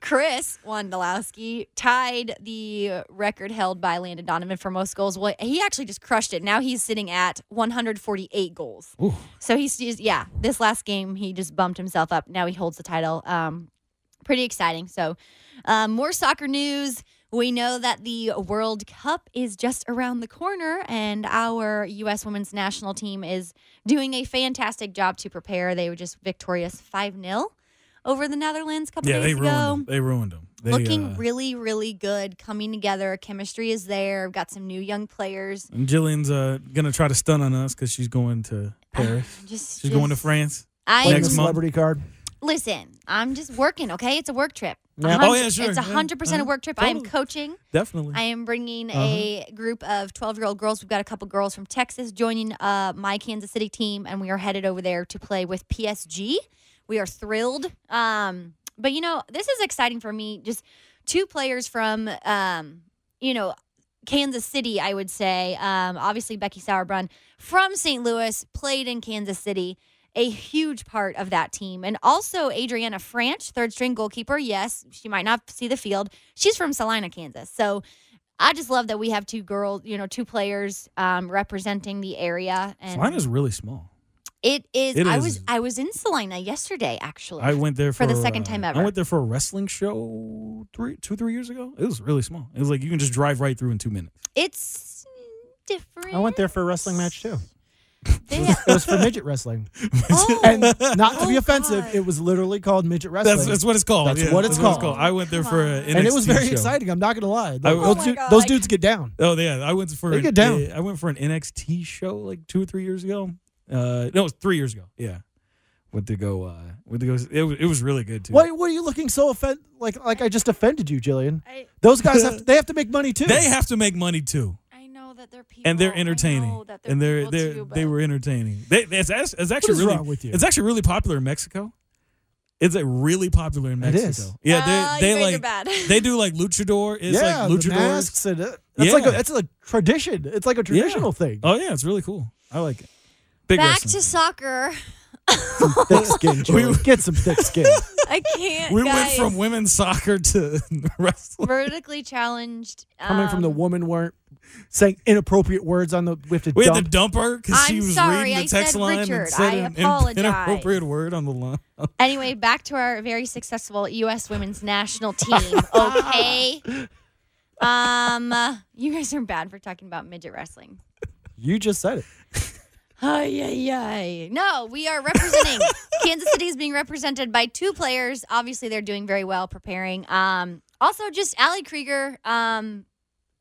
Speaker 1: Chris Wondolowski tied the record held by Landon Donovan for most goals. Well, he actually just crushed it. Now he's sitting at 148 goals. So he's just, yeah, this last game, he just bumped himself up. Now he holds the title. Um, pretty exciting. So, um, more soccer news. We know that the World Cup is just around the corner, and our U.S. women's national team is doing a fantastic job to prepare. They were just victorious 5 0 over the Netherlands a couple
Speaker 2: Yeah,
Speaker 1: days
Speaker 2: they
Speaker 1: ago
Speaker 2: ruined them. They ruined them. They,
Speaker 1: looking
Speaker 2: uh,
Speaker 1: really, really good, coming together. Chemistry is there. We've got some new young players.
Speaker 2: and Jillian's uh, gonna try to stun on us because she's going to Paris.
Speaker 1: Just,
Speaker 2: she's going to
Speaker 1: just-
Speaker 2: France
Speaker 1: I am-
Speaker 3: Playing the
Speaker 2: next month.
Speaker 3: celebrity card.
Speaker 1: Listen, I'm just working. Okay, it's a work trip.
Speaker 2: Yeah.
Speaker 1: A hun-
Speaker 2: Oh, yeah, sure.
Speaker 1: It's a
Speaker 2: Yeah.
Speaker 1: hundred percent a
Speaker 2: Uh-huh.
Speaker 1: work trip. I am
Speaker 2: Totally. Uh-huh.
Speaker 1: coaching.
Speaker 2: Definitely.
Speaker 1: I am bringing a group of 12 year old girls. We've got a couple girls from Texas joining uh, my Kansas City team, and we are headed over there to play with PSG. We are thrilled. Um, but, you know, this is exciting for me. Just two players from, um, you know, Kansas City, I would say. Um, obviously, Becky Sauerbrunn from St. Louis played in Kansas City, a huge part of that team. And also Adriana French, third string goalkeeper. Yes, she might not see the field. She's from Salina, Kansas. So I just love that we have two girls, you know, two players um, representing the area. And
Speaker 2: Salina's really small.
Speaker 1: it is.
Speaker 2: it
Speaker 1: I
Speaker 2: is-
Speaker 1: was I was in Salina yesterday, actually.
Speaker 2: I went there for,
Speaker 1: for the second
Speaker 2: uh,
Speaker 1: time
Speaker 2: I
Speaker 1: ever.
Speaker 2: went there for a wrestling show three, two, three years ago. It was really small. It was like you can just drive right through in two minutes.
Speaker 1: It's different.
Speaker 3: I went there for a wrestling match too.
Speaker 1: They
Speaker 3: It was for midget wrestling. And not to be offensive, it was literally called midget wrestling.
Speaker 2: That's, that's what it's called.
Speaker 3: That's
Speaker 2: yeah,
Speaker 3: what it's called.
Speaker 2: I went there for an
Speaker 3: and it was
Speaker 2: NXT
Speaker 3: very
Speaker 2: show.
Speaker 3: exciting. I'm not gonna lie.
Speaker 2: I-
Speaker 3: Those,
Speaker 2: Oh my
Speaker 3: dude-
Speaker 2: God.
Speaker 3: those dudes get down.
Speaker 2: Oh yeah, I went for
Speaker 3: They
Speaker 2: an,
Speaker 3: get down.
Speaker 2: uh, I went for an NXT show like two or three years ago. Uh, no, it was three years ago. Yeah, went to go. Uh, went to go. It was, it was really good too.
Speaker 3: Why? What are you looking so offend? Like like I just offended you, Jillian. those guys have to, they have to make money too.
Speaker 2: They have to make money too. I know that they're people, and they're entertaining, and they're they are they were entertaining. They, it's, act- it's actually
Speaker 3: is
Speaker 2: really
Speaker 3: wrong with you?
Speaker 2: it's actually really popular in Mexico. It's like really popular in
Speaker 3: It
Speaker 2: Mexico.
Speaker 3: is.
Speaker 2: Yeah,
Speaker 1: Ah,
Speaker 2: they
Speaker 1: you
Speaker 2: they
Speaker 1: guys are
Speaker 2: like
Speaker 1: bad.
Speaker 2: they do like luchador. It's
Speaker 3: yeah,
Speaker 2: like
Speaker 3: the
Speaker 2: luchadors.
Speaker 3: masks and uh, that's like
Speaker 2: Yeah.
Speaker 3: a, that's a tradition. It's like a
Speaker 2: Yeah.
Speaker 3: traditional thing.
Speaker 2: Oh yeah, it's really cool. I like it. Big
Speaker 1: Back
Speaker 2: wrestling.
Speaker 1: to soccer.
Speaker 3: Thick skin, Jillian. get some thick skin.
Speaker 1: I can't.
Speaker 2: we went
Speaker 1: guys.
Speaker 2: from women's soccer to wrestling.
Speaker 1: vertically challenged. Um,
Speaker 3: Coming from the woman weren't saying inappropriate words on the we have to
Speaker 2: We had
Speaker 3: dump.
Speaker 2: to dump her because
Speaker 1: I'm
Speaker 2: she was
Speaker 1: sorry,
Speaker 2: reading
Speaker 1: I
Speaker 2: the text
Speaker 1: said
Speaker 2: line
Speaker 1: Richard.
Speaker 2: and said
Speaker 1: I
Speaker 2: an in-
Speaker 1: apologize.
Speaker 2: inappropriate word on the line.
Speaker 1: Anyway, back to our very successful U.S. women's national team. Okay. Um, you guys are bad for talking about midget wrestling.
Speaker 3: you just said it.
Speaker 1: Ay, ay, ay. No, we are representing. Kansas City is being represented by two players. Obviously, they're doing very well preparing. Um, also, just Allie Krieger, um,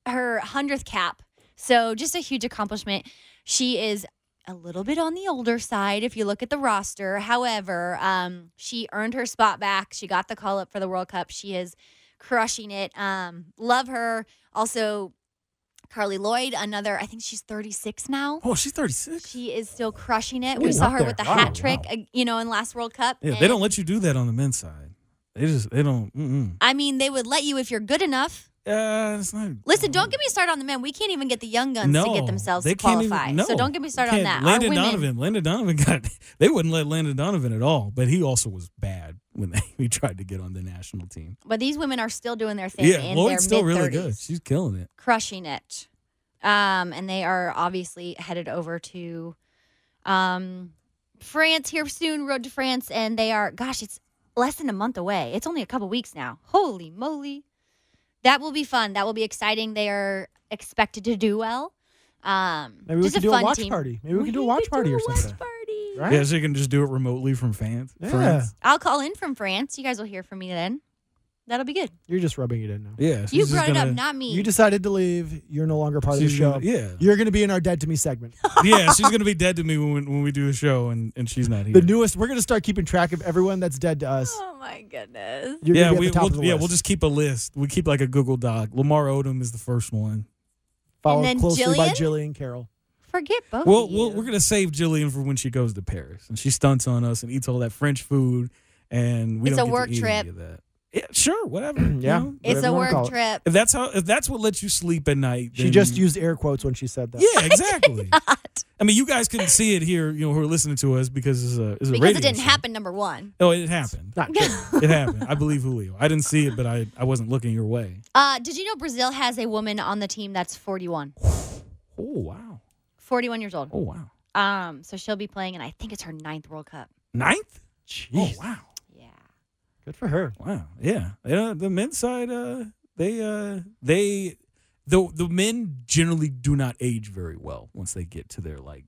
Speaker 1: her 100th cap. So, just a huge accomplishment. She is a little bit on the older side if you look at the roster. However, um, she earned her spot back. She got the call up for the World Cup. She is crushing it. Um, love her. Also, Carly Lloyd, another, I think she's 36 now.
Speaker 2: Oh, she's 36.
Speaker 1: She is still crushing it.
Speaker 2: Ooh,
Speaker 1: We saw
Speaker 2: up
Speaker 1: her
Speaker 2: there.
Speaker 1: with the
Speaker 2: Wow,
Speaker 1: hat trick,
Speaker 2: wow.
Speaker 1: uh, you know, in last World Cup.
Speaker 2: Yeah, they
Speaker 1: And,
Speaker 2: don't let you do that on the men's side. They just they don't. Mm-mm.
Speaker 1: I mean, they would let you if you're good enough.
Speaker 2: Uh, it's not.
Speaker 1: Listen, don't get me started on the men. We can't even get the young guns to
Speaker 2: no,
Speaker 1: get themselves
Speaker 2: they
Speaker 1: to qualify.
Speaker 2: Can't even, no,
Speaker 1: So don't get me started on that.
Speaker 2: can't. Landon
Speaker 1: Our women,
Speaker 2: Donovan. Landon Donovan got. They wouldn't let Landon Donovan at all. But he also was bad when they, he tried to get on the national team.
Speaker 1: but these women are still doing their thing.
Speaker 2: yeah,
Speaker 1: in their
Speaker 2: Lloyd's still really
Speaker 1: mid-thirties.
Speaker 2: good. She's killing it.
Speaker 1: crushing it. Um, and they are obviously headed over to um, France here soon, Road to France. And they are, gosh, it's less than a month away. It's only a couple weeks now. Holy moly. That will be fun. That will be exciting. They are expected to do well. Um,
Speaker 3: Maybe we
Speaker 1: just
Speaker 3: could
Speaker 1: a
Speaker 3: do a
Speaker 1: fun
Speaker 3: watch
Speaker 1: team.
Speaker 3: party. Maybe we could do a watch party or something. Right?
Speaker 2: Yeah, she can just do it remotely from fans.
Speaker 3: Yeah.
Speaker 2: France.
Speaker 1: I'll call in from France. You guys will hear from me then. That'll be good.
Speaker 3: You're just rubbing it in now.
Speaker 2: Yeah.
Speaker 1: You brought it up, not me.
Speaker 3: You decided to leave. You're no longer part of the
Speaker 2: She's
Speaker 3: show.
Speaker 2: gonna- yeah.
Speaker 3: You're going to be in our Dead to Me segment.
Speaker 2: yeah, she's gonna be dead to me when when we do a show, and, and she's not here.
Speaker 3: the newest, we're going to start keeping track of everyone that's dead to us.
Speaker 1: Oh my goodness.
Speaker 3: You're
Speaker 2: yeah,
Speaker 3: gonna be at
Speaker 2: we,
Speaker 3: the top
Speaker 2: will
Speaker 3: of the
Speaker 2: yeah
Speaker 3: list.
Speaker 2: we'll just keep a list. We keep like a Google Doc. Lamar Odom is the first one.
Speaker 3: Followed
Speaker 1: then
Speaker 3: closely by
Speaker 1: Jillian?
Speaker 3: Jillian Carroll.
Speaker 1: Forget both.
Speaker 2: Well,
Speaker 1: of you.
Speaker 2: well, we're gonna save Jillian for when she goes to Paris and she stunts on us and eats all that French food, and we
Speaker 1: It's
Speaker 2: don't
Speaker 1: a
Speaker 2: get to
Speaker 1: work
Speaker 2: eat
Speaker 1: trip.
Speaker 2: any of that. Yeah, sure, whatever. you
Speaker 3: Yeah.
Speaker 2: know?
Speaker 1: it's
Speaker 3: whatever
Speaker 1: a
Speaker 3: you wanna
Speaker 1: work
Speaker 3: call it.
Speaker 1: trip.
Speaker 2: If that's how, if that's what lets you sleep at night,
Speaker 3: She
Speaker 2: then-
Speaker 3: just used air quotes when she said that.
Speaker 2: Yeah, exactly. I mean, you guys couldn't see it here, you know, who are listening to us because it's a it's a
Speaker 1: Because
Speaker 2: radio
Speaker 1: it didn't
Speaker 2: show.
Speaker 1: happen, number one.
Speaker 2: Oh, it happened.
Speaker 3: Not true.
Speaker 2: it happened. I believe Julio. I didn't see it, but I, I wasn't looking your way.
Speaker 1: Uh, did you know Brazil has a woman on the team that's 41?
Speaker 2: Oh wow.
Speaker 1: 41 years old.
Speaker 2: Oh wow.
Speaker 1: Um, so she'll be playing, and I think it's her ninth World Cup.
Speaker 2: Ninth?
Speaker 3: Jeez.
Speaker 2: Oh wow.
Speaker 1: Yeah.
Speaker 3: Good for her.
Speaker 2: Wow. Yeah. You know, the men's side, uh, they uh they the the men generally do not age very well once they get to their like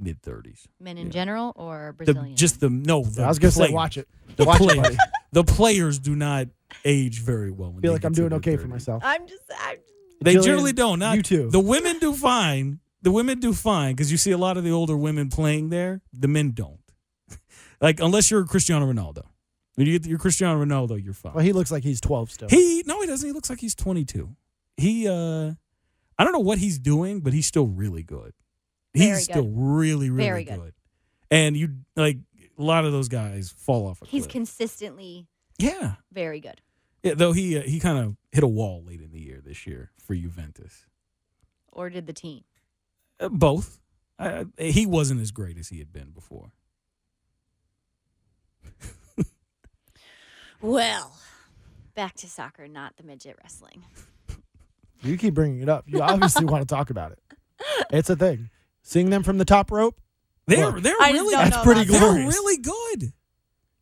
Speaker 2: mid thirties.
Speaker 1: Men in
Speaker 2: Yeah.
Speaker 1: general or
Speaker 2: The,
Speaker 1: Brazilian?
Speaker 2: just the no the
Speaker 3: I was going to
Speaker 2: players,
Speaker 3: say, watch it.
Speaker 2: The
Speaker 3: watch it,
Speaker 2: players
Speaker 3: buddy.
Speaker 2: the players do not age very well when
Speaker 3: Feel
Speaker 2: they
Speaker 3: like
Speaker 2: get
Speaker 3: I'm
Speaker 2: to
Speaker 3: doing
Speaker 2: their
Speaker 3: okay
Speaker 2: 30s.
Speaker 3: for myself.
Speaker 1: I'm just. I'm,
Speaker 2: They
Speaker 3: Jillian,
Speaker 2: generally don't. Not
Speaker 3: you too.
Speaker 2: The women do fine. The women do fine because you see a lot of the older women playing there. The men don't. like unless you're Cristiano Ronaldo. When you get you're Cristiano Ronaldo, you're fine.
Speaker 3: Well, he looks like he's 12 still.
Speaker 2: He no, he doesn't. He looks like he's 22. He uh I don't know what he's doing, but he's still really good. He's
Speaker 1: Very
Speaker 2: still
Speaker 1: good.
Speaker 2: really really
Speaker 1: Very
Speaker 2: good.
Speaker 1: good.
Speaker 2: And you like a lot of those guys fall off. A
Speaker 1: he's
Speaker 2: cliff.
Speaker 1: consistently
Speaker 2: yeah.
Speaker 1: very good.
Speaker 2: yeah. Though he uh, he kind of hit a wall late in the year this year for Juventus.
Speaker 1: Or did the team?
Speaker 2: Uh, both. I, I- he wasn't as great as he had been before.
Speaker 1: Well, back to soccer, not the midget wrestling.
Speaker 3: You keep bringing it up. You obviously want to talk about it. It's a thing. Seeing them from the top rope,
Speaker 2: They're
Speaker 3: Look,
Speaker 2: they're
Speaker 1: I just
Speaker 2: really
Speaker 1: don't
Speaker 3: That's know pretty about that.
Speaker 2: They're
Speaker 3: glorious.
Speaker 2: really good.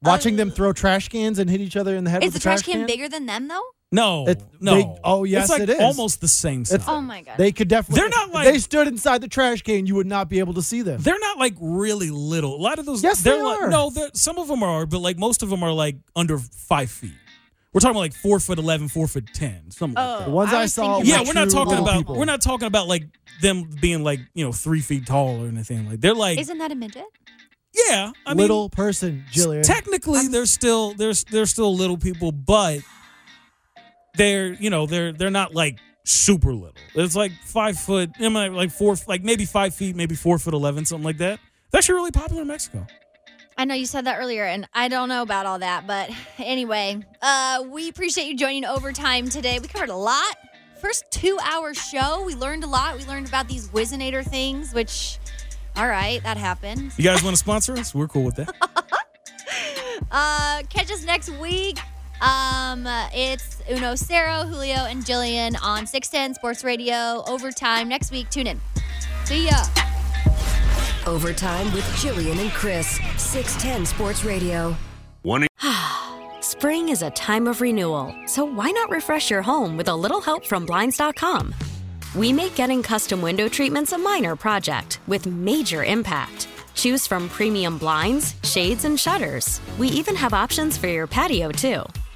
Speaker 3: watching them throw trash cans and hit each other in the
Speaker 1: Um,
Speaker 3: head
Speaker 1: Is
Speaker 3: with
Speaker 1: the
Speaker 3: the
Speaker 1: trash can bigger than them, though?
Speaker 2: No,
Speaker 3: It-
Speaker 2: no.
Speaker 3: they- oh,
Speaker 2: it's
Speaker 3: yes,
Speaker 2: like
Speaker 3: it is.
Speaker 2: almost the same size.
Speaker 3: It's-
Speaker 1: Oh my god!
Speaker 3: They could definitely.
Speaker 2: They're not
Speaker 3: if
Speaker 2: like-
Speaker 3: they stood inside the trash can. You would not be able to see them.
Speaker 2: They're not like really little. A lot of those,
Speaker 3: Yes,
Speaker 2: they're
Speaker 3: they
Speaker 2: like
Speaker 3: are.
Speaker 2: no. They're, some of them are, but like most of them are like under five feet. We're talking about like four foot eleven, four foot ten, something
Speaker 1: Oh.
Speaker 2: like
Speaker 3: the ones I,
Speaker 1: was
Speaker 3: saw.
Speaker 1: thinking-
Speaker 2: that. Yeah,
Speaker 3: were
Speaker 2: we're not
Speaker 3: true
Speaker 2: talking
Speaker 3: little
Speaker 2: about
Speaker 3: people.
Speaker 2: we're not talking about like them being like you know three feet tall or anything like. They're like
Speaker 1: Isn't that a midget?
Speaker 2: yeah, I mean,
Speaker 3: little person, Jillian.
Speaker 2: Technically, they're still they're they're still little people, but they're you know they're they're not like super little. It's like five foot, am I like four, like maybe five feet, maybe four foot eleven, something like that. It's actually really popular in Mexico.
Speaker 1: I know you said that earlier, and I don't know about all that, but anyway, uh, we appreciate you joining overtime today. We covered a lot. First two hour show, we learned a lot. We learned about these Wizinator things, which, all right, that happened.
Speaker 2: You guys want to sponsor us? We're cool with that.
Speaker 1: Uh, catch us next week. Um, uh, it's Uno, Cero, Julio, and Jillian on 610 Sports Radio. Overtime next week. Tune in. See ya.
Speaker 8: Overtime with Jillian and Chris, 610 Sports Radio.
Speaker 12: Spring is a time of renewal, so why not refresh your home with a little help from Blinds.com? We make getting custom window treatments a minor project with major impact. Choose from premium blinds, shades, and shutters. We even have options for your patio, too.